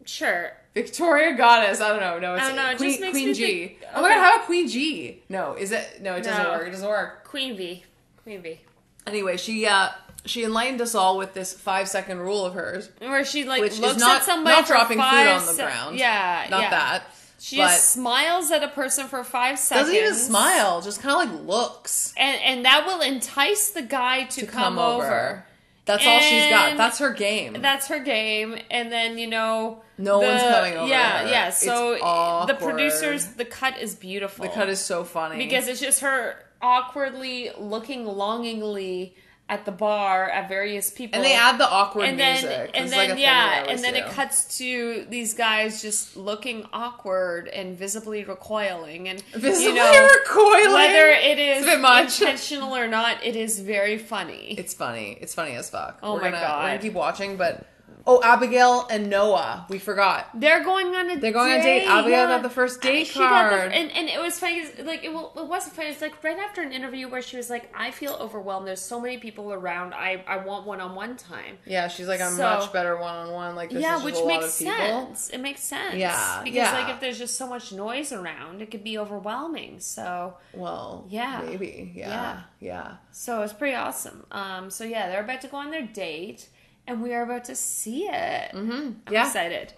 Speaker 2: Sure.
Speaker 1: Victoria Goddess. I don't know. No, it's
Speaker 2: I don't know, it
Speaker 1: Queen,
Speaker 2: just makes
Speaker 1: Queen
Speaker 2: me
Speaker 1: G.
Speaker 2: think-
Speaker 1: Oh my
Speaker 2: okay.
Speaker 1: god, how about Queen G? No, is it? No, it doesn't
Speaker 2: No.
Speaker 1: work. It doesn't work.
Speaker 2: Queen V. Queen V.
Speaker 1: Anyway, she uh she enlightened us all with this five second rule of hers.
Speaker 2: Where she like
Speaker 1: Which is
Speaker 2: looks
Speaker 1: not-
Speaker 2: at somebody
Speaker 1: not
Speaker 2: for
Speaker 1: dropping food
Speaker 2: five
Speaker 1: on the
Speaker 2: sec-
Speaker 1: ground.
Speaker 2: Yeah,
Speaker 1: Not
Speaker 2: yeah.
Speaker 1: that.
Speaker 2: She
Speaker 1: but
Speaker 2: just smiles at a person for five seconds.
Speaker 1: doesn't even smile. Just kind of like looks.
Speaker 2: and and that will entice the guy to, come, over.
Speaker 1: That's all she's got.
Speaker 2: And
Speaker 1: That's her game.
Speaker 2: That's her game, and then you know
Speaker 1: No
Speaker 2: the-
Speaker 1: one's coming over
Speaker 2: Yeah,
Speaker 1: her.
Speaker 2: yeah.
Speaker 1: It's
Speaker 2: So the
Speaker 1: awkward.
Speaker 2: producers, the cut is beautiful.
Speaker 1: the cut is so funny
Speaker 2: because it's just her awkwardly looking longingly at the bar at various people,
Speaker 1: and they add the awkward
Speaker 2: and then
Speaker 1: music.
Speaker 2: and
Speaker 1: It's like a
Speaker 2: then
Speaker 1: thing they
Speaker 2: yeah,
Speaker 1: always
Speaker 2: and then it
Speaker 1: do.
Speaker 2: cuts to these guys just looking awkward and visibly recoiling, and
Speaker 1: Visibly
Speaker 2: you know.
Speaker 1: recoiling.
Speaker 2: Whether it is
Speaker 1: It's a bit much.
Speaker 2: intentional or not, it is very funny.
Speaker 1: It's funny. It's funny as fuck.
Speaker 2: Oh
Speaker 1: we're
Speaker 2: my
Speaker 1: gonna,
Speaker 2: God.
Speaker 1: We're gonna keep watching, but oh, Abigail and Noah, we forgot.
Speaker 2: They're going on a
Speaker 1: They're going on a date. Abigail got the first date
Speaker 2: She got the-
Speaker 1: card.
Speaker 2: and, and it was funny. 'cause, Like it, wa- it wasn't funny. It's like right after an interview where she was like, "I feel overwhelmed. There's so many people around. I I want one on one time."
Speaker 1: Yeah, she's like I'm
Speaker 2: So-
Speaker 1: much better one on one. Like this
Speaker 2: yeah,
Speaker 1: is
Speaker 2: which
Speaker 1: a lot
Speaker 2: makes
Speaker 1: of people.
Speaker 2: sense. It makes sense.
Speaker 1: Yeah,
Speaker 2: because
Speaker 1: yeah.
Speaker 2: like if there's just so much noise around, it could be overwhelming. So
Speaker 1: Well,
Speaker 2: Yeah.
Speaker 1: maybe, yeah, yeah.
Speaker 2: so it's pretty awesome. Um, so yeah, they're about to go on their date, and we are about to see it. Mm-hmm. I'm
Speaker 1: Yeah.
Speaker 2: excited.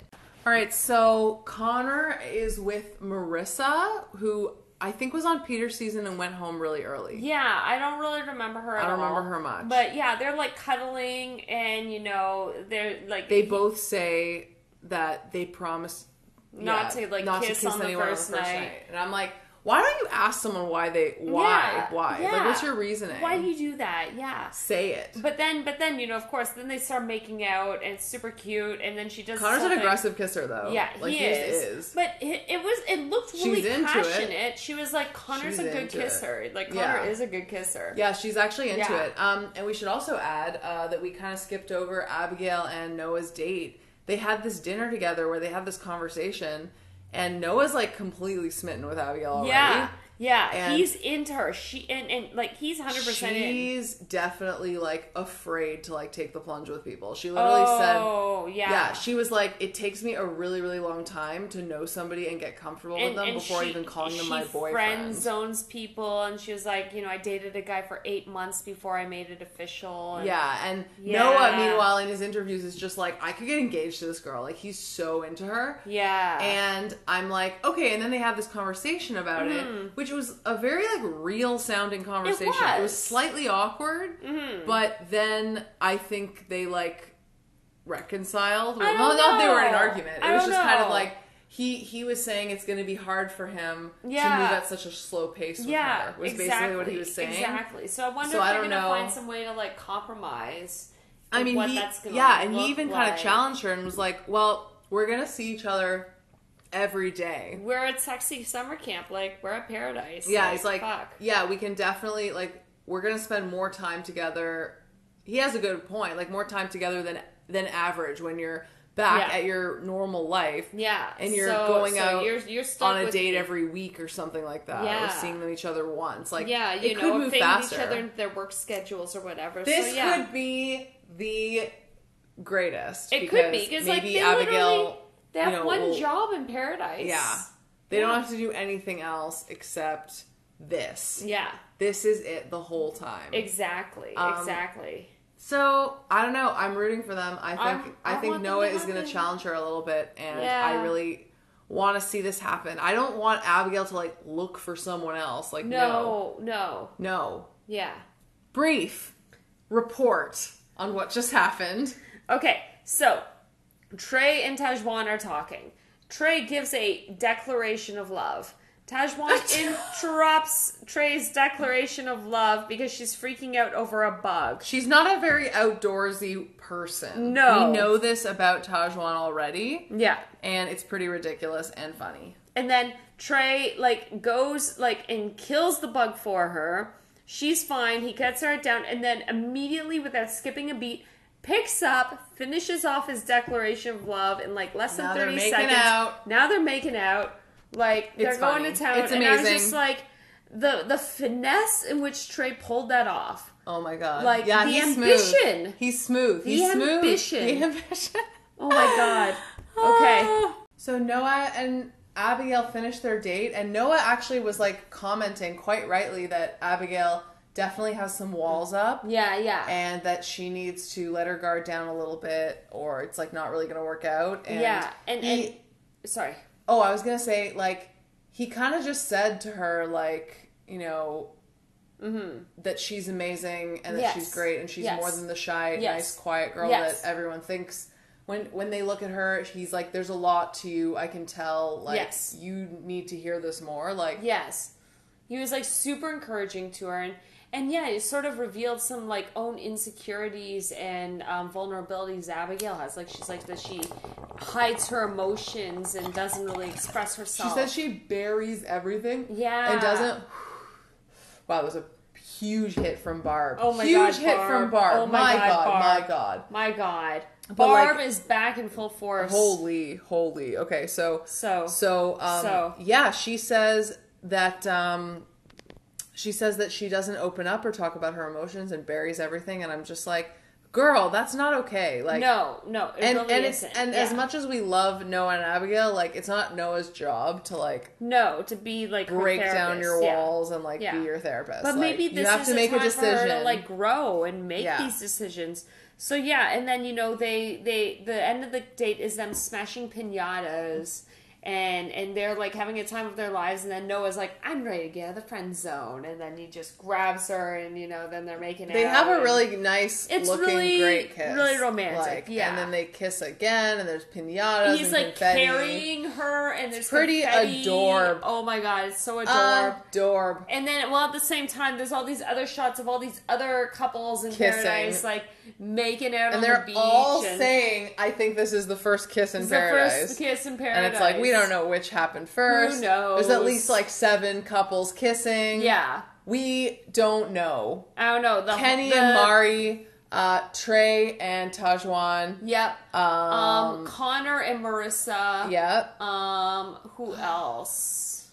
Speaker 1: All right, so Connor is with Marissa, who I think was on Peter's season and went home really early.
Speaker 2: Yeah, I don't really remember her. At
Speaker 1: I don't
Speaker 2: all.
Speaker 1: remember her much.
Speaker 2: But yeah, they're like cuddling, and you know, they're like
Speaker 1: They both say that they promised
Speaker 2: Not to, like, kiss on the
Speaker 1: anyone
Speaker 2: first night.
Speaker 1: And I'm like, why don't you ask someone why they why
Speaker 2: Yeah,
Speaker 1: why like
Speaker 2: yeah.
Speaker 1: what's your reasoning?
Speaker 2: Why do you do that? Yeah.
Speaker 1: say it?
Speaker 2: But then, but then you know, of course, then they start making out, and it's super cute, and then she does. this
Speaker 1: Connor's
Speaker 2: whole
Speaker 1: an
Speaker 2: thing.
Speaker 1: aggressive kisser though.
Speaker 2: Yeah,
Speaker 1: like
Speaker 2: he,
Speaker 1: just
Speaker 2: is.
Speaker 1: is.
Speaker 2: But it, it was it looked really
Speaker 1: She's into it.
Speaker 2: passionate. She was like, Connor's
Speaker 1: She's
Speaker 2: a good
Speaker 1: into it.
Speaker 2: kisser. Like Connor
Speaker 1: Yeah.
Speaker 2: is a good kisser.
Speaker 1: Yeah, she's actually into
Speaker 2: Yeah.
Speaker 1: it. Um, and we should also add uh, that we kind of skipped over Abigail and Noah's date. They had this dinner together where they had this conversation, and Noah's like completely smitten with Abigail already.
Speaker 2: yeah, yeah.
Speaker 1: And-
Speaker 2: he's into her. She and, and like he's hundred percent in.
Speaker 1: She's definitely like afraid to like take the plunge with people. She literally said,
Speaker 2: oh yeah,
Speaker 1: "Yeah." She was like, "It takes me a really, really long time to know somebody and get comfortable with them before even calling them
Speaker 2: she
Speaker 1: my boyfriend."
Speaker 2: friend zones people, and she was like, you know, I dated a guy for eight months before I made it official. And
Speaker 1: Yeah, and
Speaker 2: Yeah.
Speaker 1: Noah, meanwhile, in his interviews, is just like, I could get engaged to this girl. Like, he's so into her.
Speaker 2: yeah,
Speaker 1: And I'm like, okay. And then they have this conversation about
Speaker 2: Mm-hmm.
Speaker 1: it, which was a very like real sounding conversation. It was
Speaker 2: was. Mm-hmm.
Speaker 1: slightly awkward, but then I think they like reconciled.
Speaker 2: I
Speaker 1: well, not
Speaker 2: don't
Speaker 1: that they were in an
Speaker 2: know.
Speaker 1: argument. It
Speaker 2: I
Speaker 1: was
Speaker 2: don't
Speaker 1: just kind of
Speaker 2: know.
Speaker 1: like. He, he was saying it's going to be hard for him
Speaker 2: Yeah.
Speaker 1: to move at such a slow pace with
Speaker 2: yeah,
Speaker 1: her, was
Speaker 2: exactly,
Speaker 1: basically what he was saying.
Speaker 2: Exactly. So I wonder
Speaker 1: So
Speaker 2: if
Speaker 1: I
Speaker 2: they're
Speaker 1: don't
Speaker 2: gonna
Speaker 1: know.
Speaker 2: find some way to like compromise.
Speaker 1: I
Speaker 2: and
Speaker 1: mean,
Speaker 2: what
Speaker 1: he,
Speaker 2: that's gonna
Speaker 1: yeah, and he
Speaker 2: look
Speaker 1: even kind
Speaker 2: like.
Speaker 1: of challenged her and was like, "Well, we're gonna see each other every day."
Speaker 2: We're at sexy summer camp, like we're at paradise.
Speaker 1: Yeah, he's like,
Speaker 2: fuck.
Speaker 1: "Yeah, we can definitely like we're gonna spend more time together." He has a good point, like more time together than than average when you're back
Speaker 2: Yeah.
Speaker 1: at your normal life.
Speaker 2: yeah,
Speaker 1: and you're
Speaker 2: so-
Speaker 1: going
Speaker 2: so
Speaker 1: out
Speaker 2: you're, you're stuck
Speaker 1: On a
Speaker 2: with-
Speaker 1: date every week or something like that, or
Speaker 2: Yeah.
Speaker 1: seeing them each other once, like
Speaker 2: Yeah, you
Speaker 1: it
Speaker 2: know,
Speaker 1: could
Speaker 2: if
Speaker 1: move
Speaker 2: they
Speaker 1: faster.
Speaker 2: meet each other in their work schedules or whatever.
Speaker 1: This
Speaker 2: so, yeah.
Speaker 1: could be the greatest.
Speaker 2: It could be because like
Speaker 1: maybe
Speaker 2: they literally
Speaker 1: Abigail.
Speaker 2: they have
Speaker 1: you know,
Speaker 2: one
Speaker 1: will-
Speaker 2: job in paradise.
Speaker 1: Yeah. They
Speaker 2: Yeah.
Speaker 1: don't have to do anything else except this.
Speaker 2: yeah,
Speaker 1: This is it the whole time.
Speaker 2: exactly,
Speaker 1: Um,
Speaker 2: exactly.
Speaker 1: so I don't know. I'm rooting for them. I think
Speaker 2: I'm-
Speaker 1: i
Speaker 2: I
Speaker 1: think
Speaker 2: want them
Speaker 1: Noah
Speaker 2: to
Speaker 1: is going to
Speaker 2: happen.
Speaker 1: challenge her a little bit, and I
Speaker 2: Yeah.
Speaker 1: really want to see this happen. I don't want Abigail to like look for someone else. Like no,
Speaker 2: No, no,
Speaker 1: no.
Speaker 2: yeah.
Speaker 1: Brief report on what just happened.
Speaker 2: Okay, so Trey and Tajwan are talking. Trey gives a declaration of love. Tajwan interrupts Trey's declaration of love because she's freaking out over a bug.
Speaker 1: She's not a very outdoorsy person.
Speaker 2: No.
Speaker 1: we know this about Tajwan already,
Speaker 2: Yeah.
Speaker 1: and it's pretty ridiculous and funny.
Speaker 2: And then Trey like goes like and kills the bug for her. She's fine. He cuts her down and then immediately without skipping a beat picks up, finishes off his declaration of love in like less than
Speaker 1: Now they're
Speaker 2: 30
Speaker 1: making
Speaker 2: seconds.
Speaker 1: out.
Speaker 2: Now they're making out. Like they're
Speaker 1: It's
Speaker 2: going
Speaker 1: funny.
Speaker 2: to town
Speaker 1: It's
Speaker 2: and I was
Speaker 1: amazing.
Speaker 2: just like the the finesse in which Trey pulled that off.
Speaker 1: Oh my god!
Speaker 2: Like,
Speaker 1: yeah,
Speaker 2: the
Speaker 1: he's
Speaker 2: ambition.
Speaker 1: Smooth. He's smooth.
Speaker 2: The
Speaker 1: He's smooth.
Speaker 2: ambition.
Speaker 1: The ambition. Ah.
Speaker 2: Oh my god. Okay.
Speaker 1: So Noah and Abigail finished their date, and Noah actually was like commenting quite rightly that Abigail definitely has some walls up.
Speaker 2: Yeah, yeah.
Speaker 1: And that she needs to let her guard down a little bit, or it's like not really going to work out. And
Speaker 2: yeah. And,
Speaker 1: he-
Speaker 2: and sorry.
Speaker 1: oh, I was going to say, like, he kind of just said to her, like, you know, that she's amazing and that
Speaker 2: Mm-hmm. Yes.
Speaker 1: she's great and she's
Speaker 2: Yes.
Speaker 1: more than the shy,
Speaker 2: Yes.
Speaker 1: nice, quiet girl
Speaker 2: Yes.
Speaker 1: that everyone thinks. When when they look at her, he's like, "There's a lot to you. I can tell. Like,
Speaker 2: Yes.
Speaker 1: you need to hear this more. Like,
Speaker 2: Yes. He was like super encouraging to her and and yeah, it sort of revealed some like own insecurities and um, vulnerabilities Abigail has. Like she's like that she hides her emotions and doesn't really express
Speaker 1: She
Speaker 2: herself.
Speaker 1: says she buries everything.
Speaker 2: Yeah.
Speaker 1: And doesn't. Wow, that was a huge hit from Barb.
Speaker 2: Oh my
Speaker 1: huge
Speaker 2: God,
Speaker 1: hit from Barb.
Speaker 2: Oh
Speaker 1: my, God, my God.
Speaker 2: My God.
Speaker 1: But, like,
Speaker 2: Barb is back in full force.
Speaker 1: Holy, holy. Okay, so.
Speaker 2: So.
Speaker 1: So, um,
Speaker 2: So.
Speaker 1: yeah, she says that. Um, she says that she doesn't open up or talk about her emotions and buries everything, and I'm just like, girl, that's not okay. Like,
Speaker 2: no, no, it
Speaker 1: and
Speaker 2: really
Speaker 1: and it's
Speaker 2: isn't.
Speaker 1: and
Speaker 2: Yeah.
Speaker 1: as much as we love Noah and Abigail, like, it's not Noah's job to like
Speaker 2: no to be like her
Speaker 1: break down your
Speaker 2: therapist, yeah.
Speaker 1: walls and like
Speaker 2: Yeah.
Speaker 1: be your therapist.
Speaker 2: But
Speaker 1: Like,
Speaker 2: maybe this
Speaker 1: you have
Speaker 2: is
Speaker 1: to
Speaker 2: a
Speaker 1: make
Speaker 2: time
Speaker 1: a decision.
Speaker 2: for her to like grow and make
Speaker 1: Yeah.
Speaker 2: these decisions. So yeah, and then you know they they the end of the date is them smashing pinatas. And and they're like having a time of their lives, and then Noah's like, "I'm ready to get out of the friend zone," and then he just grabs her, and you know, then they're making.
Speaker 1: they
Speaker 2: out
Speaker 1: have a
Speaker 2: and-
Speaker 1: really nice,
Speaker 2: It's
Speaker 1: looking
Speaker 2: really-
Speaker 1: great kiss,
Speaker 2: really romantic,
Speaker 1: Like,
Speaker 2: yeah.
Speaker 1: and then they kiss again, and there's pinatas.
Speaker 2: He's
Speaker 1: and
Speaker 2: like
Speaker 1: confetti.
Speaker 2: carrying her, and there's
Speaker 1: pretty Um,
Speaker 2: confetti.
Speaker 1: adorb.
Speaker 2: Oh my god, it's so adorb.
Speaker 1: adorb.
Speaker 2: And then, well, at the same time, there's all these other shots of all these other couples in
Speaker 1: Kissing.
Speaker 2: paradise, like making out on
Speaker 1: And
Speaker 2: the
Speaker 1: they're
Speaker 2: beach.
Speaker 1: all
Speaker 2: and
Speaker 1: saying, "I think this is the first kiss in
Speaker 2: it's the
Speaker 1: paradise."
Speaker 2: first kiss in paradise.
Speaker 1: and it's like we don't know which happened first.
Speaker 2: knows?
Speaker 1: There's at least like seven couples kissing.
Speaker 2: Yeah,
Speaker 1: we don't know.
Speaker 2: I don't know. The
Speaker 1: Kenny
Speaker 2: the-
Speaker 1: and Mari, uh, Trey and Tajwan.
Speaker 2: Yep. Um,
Speaker 1: Um,
Speaker 2: Connor and Marissa.
Speaker 1: yep.
Speaker 2: Um, who else?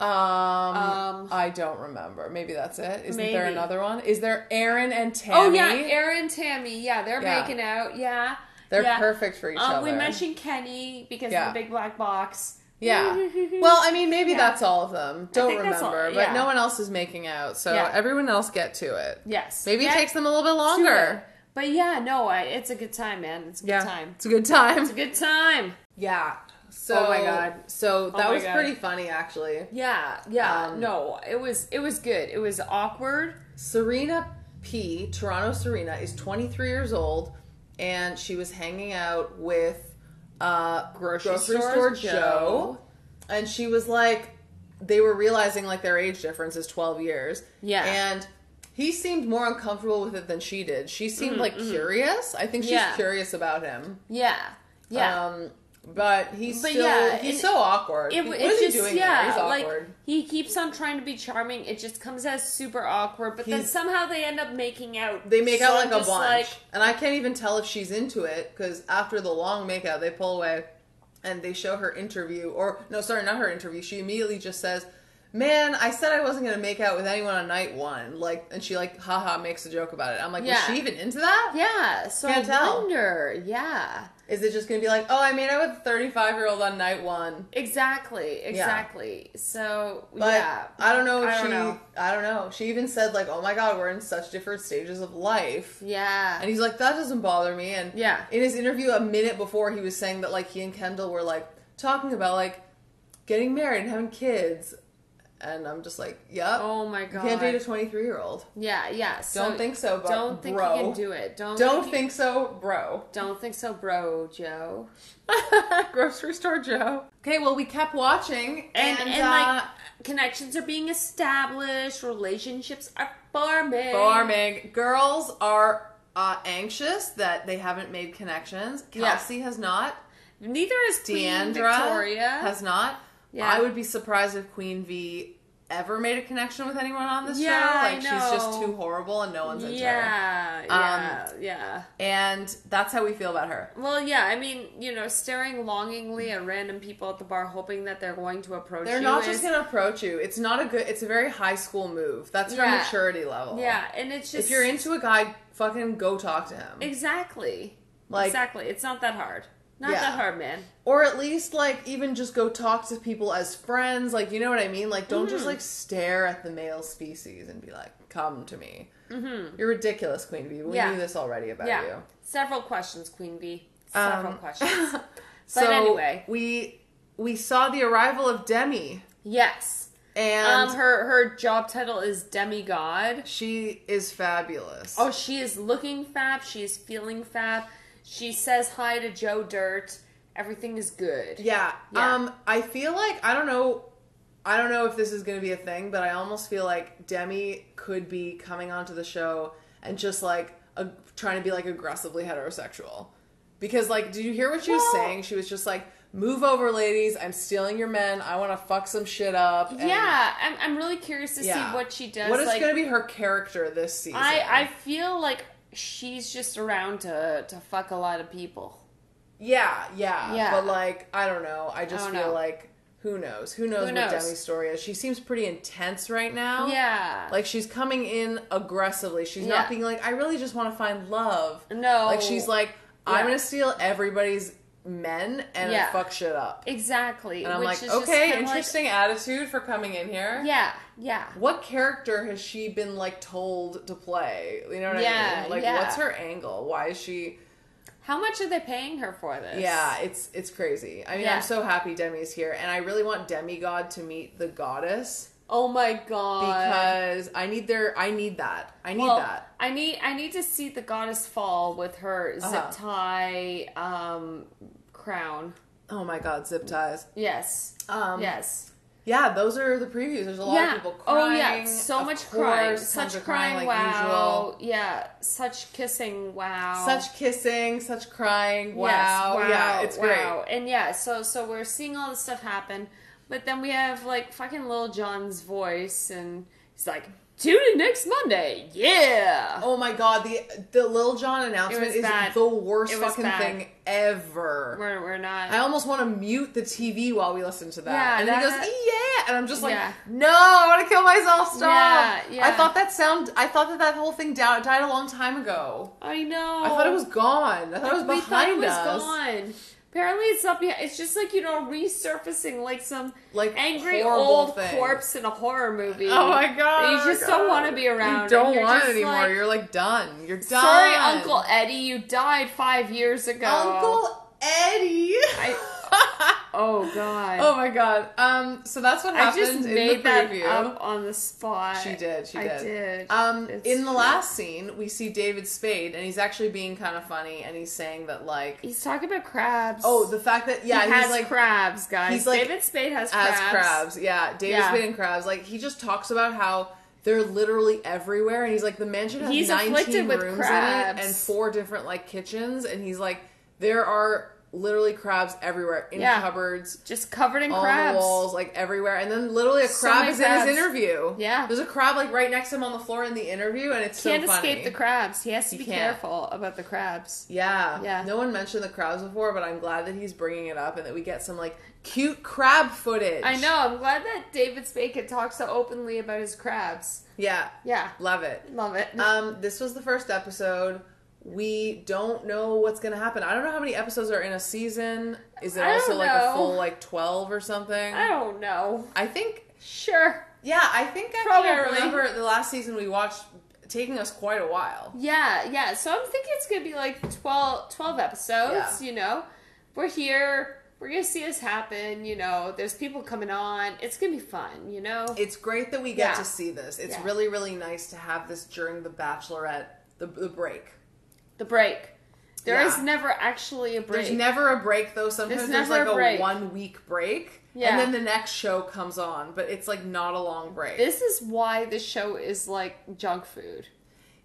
Speaker 1: Um,
Speaker 2: Um,
Speaker 1: I don't remember. Maybe that's it. Isn't there
Speaker 2: Maybe.
Speaker 1: another one? Is there Aaron and Tammy?
Speaker 2: Oh yeah, Aaron, Tammy. Yeah, they're
Speaker 1: Yeah.
Speaker 2: making out. Yeah,
Speaker 1: They're
Speaker 2: yeah.
Speaker 1: perfect for each
Speaker 2: Um,
Speaker 1: other.
Speaker 2: we mentioned Kenny because
Speaker 1: Yeah.
Speaker 2: of the big black box.
Speaker 1: Yeah. Well, I mean, maybe
Speaker 2: Yeah.
Speaker 1: that's all of them. Don't
Speaker 2: think that's all-
Speaker 1: remember.
Speaker 2: yeah.
Speaker 1: But no one else is making out, so
Speaker 2: Yeah.
Speaker 1: everyone else get to it.
Speaker 2: yes.
Speaker 1: Maybe
Speaker 2: Yeah,
Speaker 1: it takes them a little bit
Speaker 2: do it.
Speaker 1: longer.
Speaker 2: But yeah, no, I, it's a good time, man. It's a good
Speaker 1: Yeah.
Speaker 2: time.
Speaker 1: It's a good time.
Speaker 2: It's a good time.
Speaker 1: Yeah. So
Speaker 2: Oh my God. Oh
Speaker 1: So that
Speaker 2: my
Speaker 1: was
Speaker 2: God.
Speaker 1: pretty funny actually.
Speaker 2: Yeah, yeah.
Speaker 1: Um,
Speaker 2: no, it was it was good. It was awkward.
Speaker 1: Serena P, Toronto Serena, is 23 years old, and she was hanging out with uh, grocery,
Speaker 2: Grocery
Speaker 1: store
Speaker 2: Store
Speaker 1: Joe.
Speaker 2: Joe.
Speaker 1: and she was like, they were realizing like their age difference is 12 years.
Speaker 2: Yeah.
Speaker 1: and he seemed more uncomfortable with it than she did. She seemed like curious. I think she's
Speaker 2: Mm, Yeah.
Speaker 1: curious about him.
Speaker 2: Yeah, yeah.
Speaker 1: Um, but he's
Speaker 2: But
Speaker 1: still
Speaker 2: yeah,
Speaker 1: he's
Speaker 2: it-
Speaker 1: so awkward.
Speaker 2: it,
Speaker 1: He-
Speaker 2: it
Speaker 1: what
Speaker 2: just
Speaker 1: is he doing
Speaker 2: yeah,
Speaker 1: there? He's
Speaker 2: like
Speaker 1: awkward.
Speaker 2: he keeps on trying to be charming. It just comes out super awkward. But then
Speaker 1: He's-
Speaker 2: somehow they end up making out.
Speaker 1: They make
Speaker 2: So
Speaker 1: out
Speaker 2: I'm
Speaker 1: like a bunch,
Speaker 2: just like,
Speaker 1: and I can't even tell if she's into it because after the long makeout, they pull away, and they show her interview. Or no, sorry, not her interview. She immediately just says, "Man, I said I wasn't going to make out with anyone on night one." Like, and she like haha makes a joke about it. I'm like,
Speaker 2: Yeah.
Speaker 1: was she even into that?
Speaker 2: yeah. So
Speaker 1: Can't
Speaker 2: I
Speaker 1: tell.
Speaker 2: wonder. Yeah.
Speaker 1: Is it just going to be like, "Oh, I made out with a 35 year old on night one"?
Speaker 2: Exactly. Exactly. So
Speaker 1: But
Speaker 2: yeah.
Speaker 1: I don't know if
Speaker 2: I don't
Speaker 1: she.
Speaker 2: know.
Speaker 1: I don't know. She even said like, "Oh my god, we're in such different stages of life."
Speaker 2: Yeah.
Speaker 1: And he's like, that doesn't bother me. And
Speaker 2: Yeah.
Speaker 1: in his interview a minute before, he was saying that like he and Kendall were like talking about like getting married and having kids. And I'm just like, yep.
Speaker 2: oh my
Speaker 1: you
Speaker 2: god.
Speaker 1: can't date a 23 year old.
Speaker 2: yeah. Yeah. So
Speaker 1: Don't think so, bro.
Speaker 2: Don't think
Speaker 1: bro.
Speaker 2: you can do it. Don't.
Speaker 1: Don't
Speaker 2: you-
Speaker 1: think so, bro.
Speaker 2: Don't think so, bro, Joe.
Speaker 1: Grocery store Joe. Okay, well we kept watching,
Speaker 2: and,
Speaker 1: and,
Speaker 2: and,
Speaker 1: uh,
Speaker 2: like connections are being established, relationships are forming.
Speaker 1: uh, farming girls are uh, anxious that they haven't made connections.
Speaker 2: Yeah.
Speaker 1: Kelsey has not.
Speaker 2: Neither is Queen
Speaker 1: Deandra
Speaker 2: Victoria.
Speaker 1: has not.
Speaker 2: Yeah.
Speaker 1: I would be surprised if Queen V ever made a connection with anyone on this
Speaker 2: Yeah,
Speaker 1: show.
Speaker 2: I
Speaker 1: Like she's just
Speaker 2: know.
Speaker 1: too horrible and no one's into her.
Speaker 2: yeah, yeah,
Speaker 1: Um,
Speaker 2: yeah.
Speaker 1: And that's how we feel about her.
Speaker 2: Well, yeah. I mean, you know, staring longingly at random people at the bar, hoping that they're going to approach.
Speaker 1: They're
Speaker 2: you
Speaker 1: not
Speaker 2: is,
Speaker 1: just gonna approach you. It's not a good it's a very high school move. That's your
Speaker 2: Yeah.
Speaker 1: maturity level.
Speaker 2: Yeah, and it's just
Speaker 1: If you're into a guy, fucking go talk to him.
Speaker 2: exactly,
Speaker 1: Like
Speaker 2: exactly. It's not that hard. Not
Speaker 1: Yeah.
Speaker 2: that hard, man.
Speaker 1: Or at least like even just go talk to people as friends, like you know what I mean? Like don't
Speaker 2: Mm-hmm.
Speaker 1: just like stare at the male species and be like, "Come to me." Mm-hmm. You're ridiculous, Queen Bee. We
Speaker 2: Yeah.
Speaker 1: knew this already about
Speaker 2: Yeah.
Speaker 1: you.
Speaker 2: Several questions, Queen Bee. Several
Speaker 1: Um,
Speaker 2: questions.
Speaker 1: So
Speaker 2: anyway.
Speaker 1: we we saw the arrival of Demi,
Speaker 2: Yes.
Speaker 1: and
Speaker 2: Um, her her job title is demigod.
Speaker 1: she is fabulous.
Speaker 2: Oh, she is looking fab. She is feeling fab. She says hi to Joe Dirt. Everything is good.
Speaker 1: Yeah.
Speaker 2: Yeah.
Speaker 1: Um, I feel like I don't know. I don't know if this is going to be a thing, but I almost feel like Demi could be coming onto the show and just like a, trying to be like aggressively heterosexual. Because like, did you hear what she was
Speaker 2: Well-
Speaker 1: saying? She was just like, "Move over, ladies. I'm stealing your men. I want to fuck some shit up." and-
Speaker 2: Yeah, I'm, I'm really curious to
Speaker 1: yeah.
Speaker 2: see what she does.
Speaker 1: What is
Speaker 2: like,
Speaker 1: going to be her character this season?
Speaker 2: I I feel like she's just around to to fuck a lot of people.
Speaker 1: Yeah, yeah,
Speaker 2: Yeah.
Speaker 1: But like, I don't know. I just
Speaker 2: don't
Speaker 1: feel
Speaker 2: know.
Speaker 1: like who knows? Who knows
Speaker 2: Who
Speaker 1: what
Speaker 2: knows?
Speaker 1: Demi's story is? She seems pretty intense right now.
Speaker 2: Yeah.
Speaker 1: Like she's coming in aggressively. She's
Speaker 2: Yeah.
Speaker 1: not being like, I really just want to find love.
Speaker 2: No.
Speaker 1: Like she's like, I'm
Speaker 2: Yeah.
Speaker 1: gonna steal everybody's men and
Speaker 2: Yeah.
Speaker 1: fuck shit up.
Speaker 2: exactly.
Speaker 1: And I'm
Speaker 2: which
Speaker 1: like,
Speaker 2: is just
Speaker 1: okay,
Speaker 2: kinda like-
Speaker 1: interesting attitude for coming in here.
Speaker 2: yeah, yeah.
Speaker 1: What character has she been like told to play? You know what I
Speaker 2: Yeah,
Speaker 1: mean? Like,
Speaker 2: yeah.
Speaker 1: what's her angle? Why is she?
Speaker 2: How much are they paying her for this?
Speaker 1: Yeah, it's it's crazy. I mean,
Speaker 2: Yeah.
Speaker 1: I'm so happy Demi's here, and I really want Demigod to meet the goddess
Speaker 2: Oh my god.
Speaker 1: because I need their I need that. I need
Speaker 2: Well,
Speaker 1: that.
Speaker 2: I need I need to see the goddess fall with her
Speaker 1: Uh-huh.
Speaker 2: zip tie um crown.
Speaker 1: Oh my god, zip ties.
Speaker 2: Yes.
Speaker 1: Um,
Speaker 2: yes.
Speaker 1: Yeah, those are the previews. There's a lot of people crying.
Speaker 2: oh yeah, so
Speaker 1: of
Speaker 2: much
Speaker 1: course,
Speaker 2: crying,
Speaker 1: tons
Speaker 2: such
Speaker 1: of
Speaker 2: crying,
Speaker 1: like
Speaker 2: wow,
Speaker 1: usual.
Speaker 2: yeah, such kissing, wow,
Speaker 1: Such kissing, such crying. Wow.
Speaker 2: Yes,
Speaker 1: Yeah, it's
Speaker 2: wow. And yeah, so so we're seeing all this stuff happen, but then we have like fucking Lil John's voice, and he's like, "Tune in next Monday, yeah."
Speaker 1: great. Oh my god, the the Lil Jon announcement
Speaker 2: was
Speaker 1: is
Speaker 2: bad.
Speaker 1: the worst
Speaker 2: It was
Speaker 1: fucking
Speaker 2: bad.
Speaker 1: thing ever.
Speaker 2: We're we're
Speaker 1: I
Speaker 2: not.
Speaker 1: almost want to mute the TV while we listen to that.
Speaker 2: Yeah,
Speaker 1: and then he goes,
Speaker 2: that-
Speaker 1: "Yeah," and I'm just like,
Speaker 2: Yeah.
Speaker 1: "No, I want to kill myself. Stop."
Speaker 2: Yeah, yeah.
Speaker 1: I thought that sound. I thought that that whole thing down, died a long time ago.
Speaker 2: I know.
Speaker 1: I thought it was gone. I thought it was
Speaker 2: Oh. we thought
Speaker 1: behind
Speaker 2: it was
Speaker 1: us.
Speaker 2: gone. Apparently, it's up. behind. It's just like you know, resurfacing like some
Speaker 1: Like,
Speaker 2: angry
Speaker 1: horrible
Speaker 2: old
Speaker 1: thing.
Speaker 2: corpse in a horror movie.
Speaker 1: Oh my god!
Speaker 2: that
Speaker 1: oh
Speaker 2: You
Speaker 1: my
Speaker 2: just
Speaker 1: God.
Speaker 2: don't want to be around.
Speaker 1: You
Speaker 2: and
Speaker 1: don't
Speaker 2: you're
Speaker 1: want it
Speaker 2: just
Speaker 1: anymore.
Speaker 2: like,
Speaker 1: you're like done. You're done.
Speaker 2: Sorry, Uncle Eddie, you died five years ago.
Speaker 1: Uncle Eddie.
Speaker 2: Oh God.
Speaker 1: oh my god. Um. So that's what
Speaker 2: I
Speaker 1: happened
Speaker 2: just
Speaker 1: in
Speaker 2: made
Speaker 1: the
Speaker 2: that
Speaker 1: preview.
Speaker 2: up on the spot.
Speaker 1: She did. She did.
Speaker 2: I did.
Speaker 1: Um,
Speaker 2: It's
Speaker 1: in the
Speaker 2: true.
Speaker 1: last scene, we see David Spade, and he's actually being kind of funny, and he's saying that like,
Speaker 2: he's talking about crabs.
Speaker 1: oh, the fact that yeah,
Speaker 2: he
Speaker 1: he's
Speaker 2: has
Speaker 1: like
Speaker 2: crabs, guys.
Speaker 1: he's like-
Speaker 2: David Spade has crabs.
Speaker 1: as crabs. yeah, David
Speaker 2: Yeah.
Speaker 1: Spade and crabs. Like he just talks about how they're literally everywhere, and he's like, the mansion has
Speaker 2: He's
Speaker 1: nineteen
Speaker 2: afflicted with
Speaker 1: rooms in
Speaker 2: crabs.
Speaker 1: it and four different like kitchens, and he's like, there are literally crabs everywhere in
Speaker 2: Yeah.
Speaker 1: cupboards.
Speaker 2: Just covered in
Speaker 1: On
Speaker 2: crabs.
Speaker 1: the walls, like everywhere, and then literally a
Speaker 2: So
Speaker 1: crab
Speaker 2: many
Speaker 1: is in
Speaker 2: crabs.
Speaker 1: his interview.
Speaker 2: Yeah.
Speaker 1: there's a crab like right next to him on the floor in the interview, and it's
Speaker 2: Can't
Speaker 1: so funny.
Speaker 2: escape the crabs. He has to
Speaker 1: You
Speaker 2: be
Speaker 1: can't.
Speaker 2: careful about the crabs.
Speaker 1: Yeah.
Speaker 2: Yeah.
Speaker 1: No one mentioned the crabs before, but I'm glad that he's bringing it up and that we get some like cute crab footage.
Speaker 2: I know. I'm glad that David Spade can talk so openly about his crabs.
Speaker 1: Yeah.
Speaker 2: Yeah,
Speaker 1: Love it.
Speaker 2: love it.
Speaker 1: Um, this was the first episode. We don't know what's gonna happen. I don't know how many episodes are in a season. Is it
Speaker 2: I
Speaker 1: also
Speaker 2: don't
Speaker 1: like a
Speaker 2: know.
Speaker 1: full like twelve or something?
Speaker 2: I don't know.
Speaker 1: I think
Speaker 2: Sure.
Speaker 1: yeah, I think actually I
Speaker 2: Probably.
Speaker 1: remember the last season we watched taking us quite a while.
Speaker 2: Yeah, yeah. So I'm thinking it's gonna be like 12, 12
Speaker 1: Yeah.
Speaker 2: episodes. You know, we're here. We're gonna see this happen. You know, there's people coming on. It's gonna be fun. You know.
Speaker 1: it's great that we get
Speaker 2: Yeah.
Speaker 1: to see this. It's
Speaker 2: Yeah.
Speaker 1: really, really nice to have this during the Bachelorette, the, the break.
Speaker 2: the break. There
Speaker 1: Yeah.
Speaker 2: is never actually a break.
Speaker 1: There's never a break though. Sometimes
Speaker 2: There's
Speaker 1: there's,
Speaker 2: never
Speaker 1: like
Speaker 2: a
Speaker 1: a,
Speaker 2: break.
Speaker 1: one week break,
Speaker 2: Yeah.
Speaker 1: and then the next show comes on, but it's like not a long break.
Speaker 2: this is why the show is like junk food.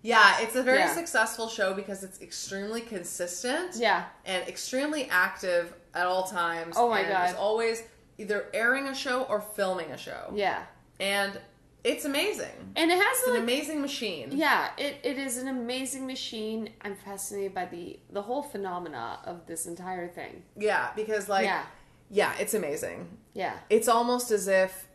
Speaker 1: yeah, it's a very
Speaker 2: Yeah.
Speaker 1: successful show because it's extremely consistent.
Speaker 2: Yeah.
Speaker 1: and extremely active at all times.
Speaker 2: Oh my
Speaker 1: and
Speaker 2: God.
Speaker 1: It's always either airing a show or filming a show,
Speaker 2: Yeah.
Speaker 1: and it's amazing.
Speaker 2: And it has
Speaker 1: It's an
Speaker 2: like
Speaker 1: amazing machine.
Speaker 2: yeah, it, it is an amazing machine. I'm fascinated by the the whole phenomena of this entire thing.
Speaker 1: Yeah, because like
Speaker 2: Yeah.
Speaker 1: yeah, it's amazing.
Speaker 2: Yeah.
Speaker 1: it's almost as if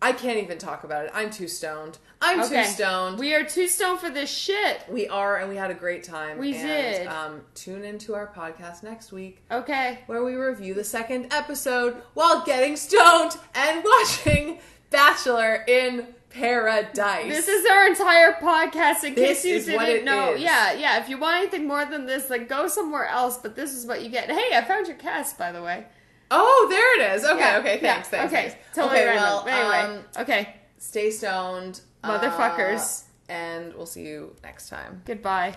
Speaker 1: I can't even talk about it. I'm too stoned. I'm
Speaker 2: Okay.
Speaker 1: too stoned. We,
Speaker 2: We are too stoned for this shit.
Speaker 1: are, and we had a great time.
Speaker 2: We
Speaker 1: and,
Speaker 2: did.
Speaker 1: Um, tune into our podcast next week
Speaker 2: Okay.
Speaker 1: where we review the second episode while getting stoned and watching Bachelor in Paradise.
Speaker 2: This is our entire podcast. In
Speaker 1: This
Speaker 2: case you
Speaker 1: is
Speaker 2: didn't
Speaker 1: what it
Speaker 2: know,
Speaker 1: is.
Speaker 2: yeah, yeah. If you want anything more than this, like go somewhere else. But this is what you get. Hey, I found your cast, by the way.
Speaker 1: oh, there it is. Okay,
Speaker 2: Yeah,
Speaker 1: okay,
Speaker 2: yeah,
Speaker 1: thanks, thanks.
Speaker 2: Okay,
Speaker 1: thanks.
Speaker 2: totally
Speaker 1: okay,
Speaker 2: random.
Speaker 1: well,
Speaker 2: But anyway,
Speaker 1: um,
Speaker 2: okay.
Speaker 1: stay stoned, uh,
Speaker 2: Motherfuckers.
Speaker 1: and we'll see you next time.
Speaker 2: Goodbye.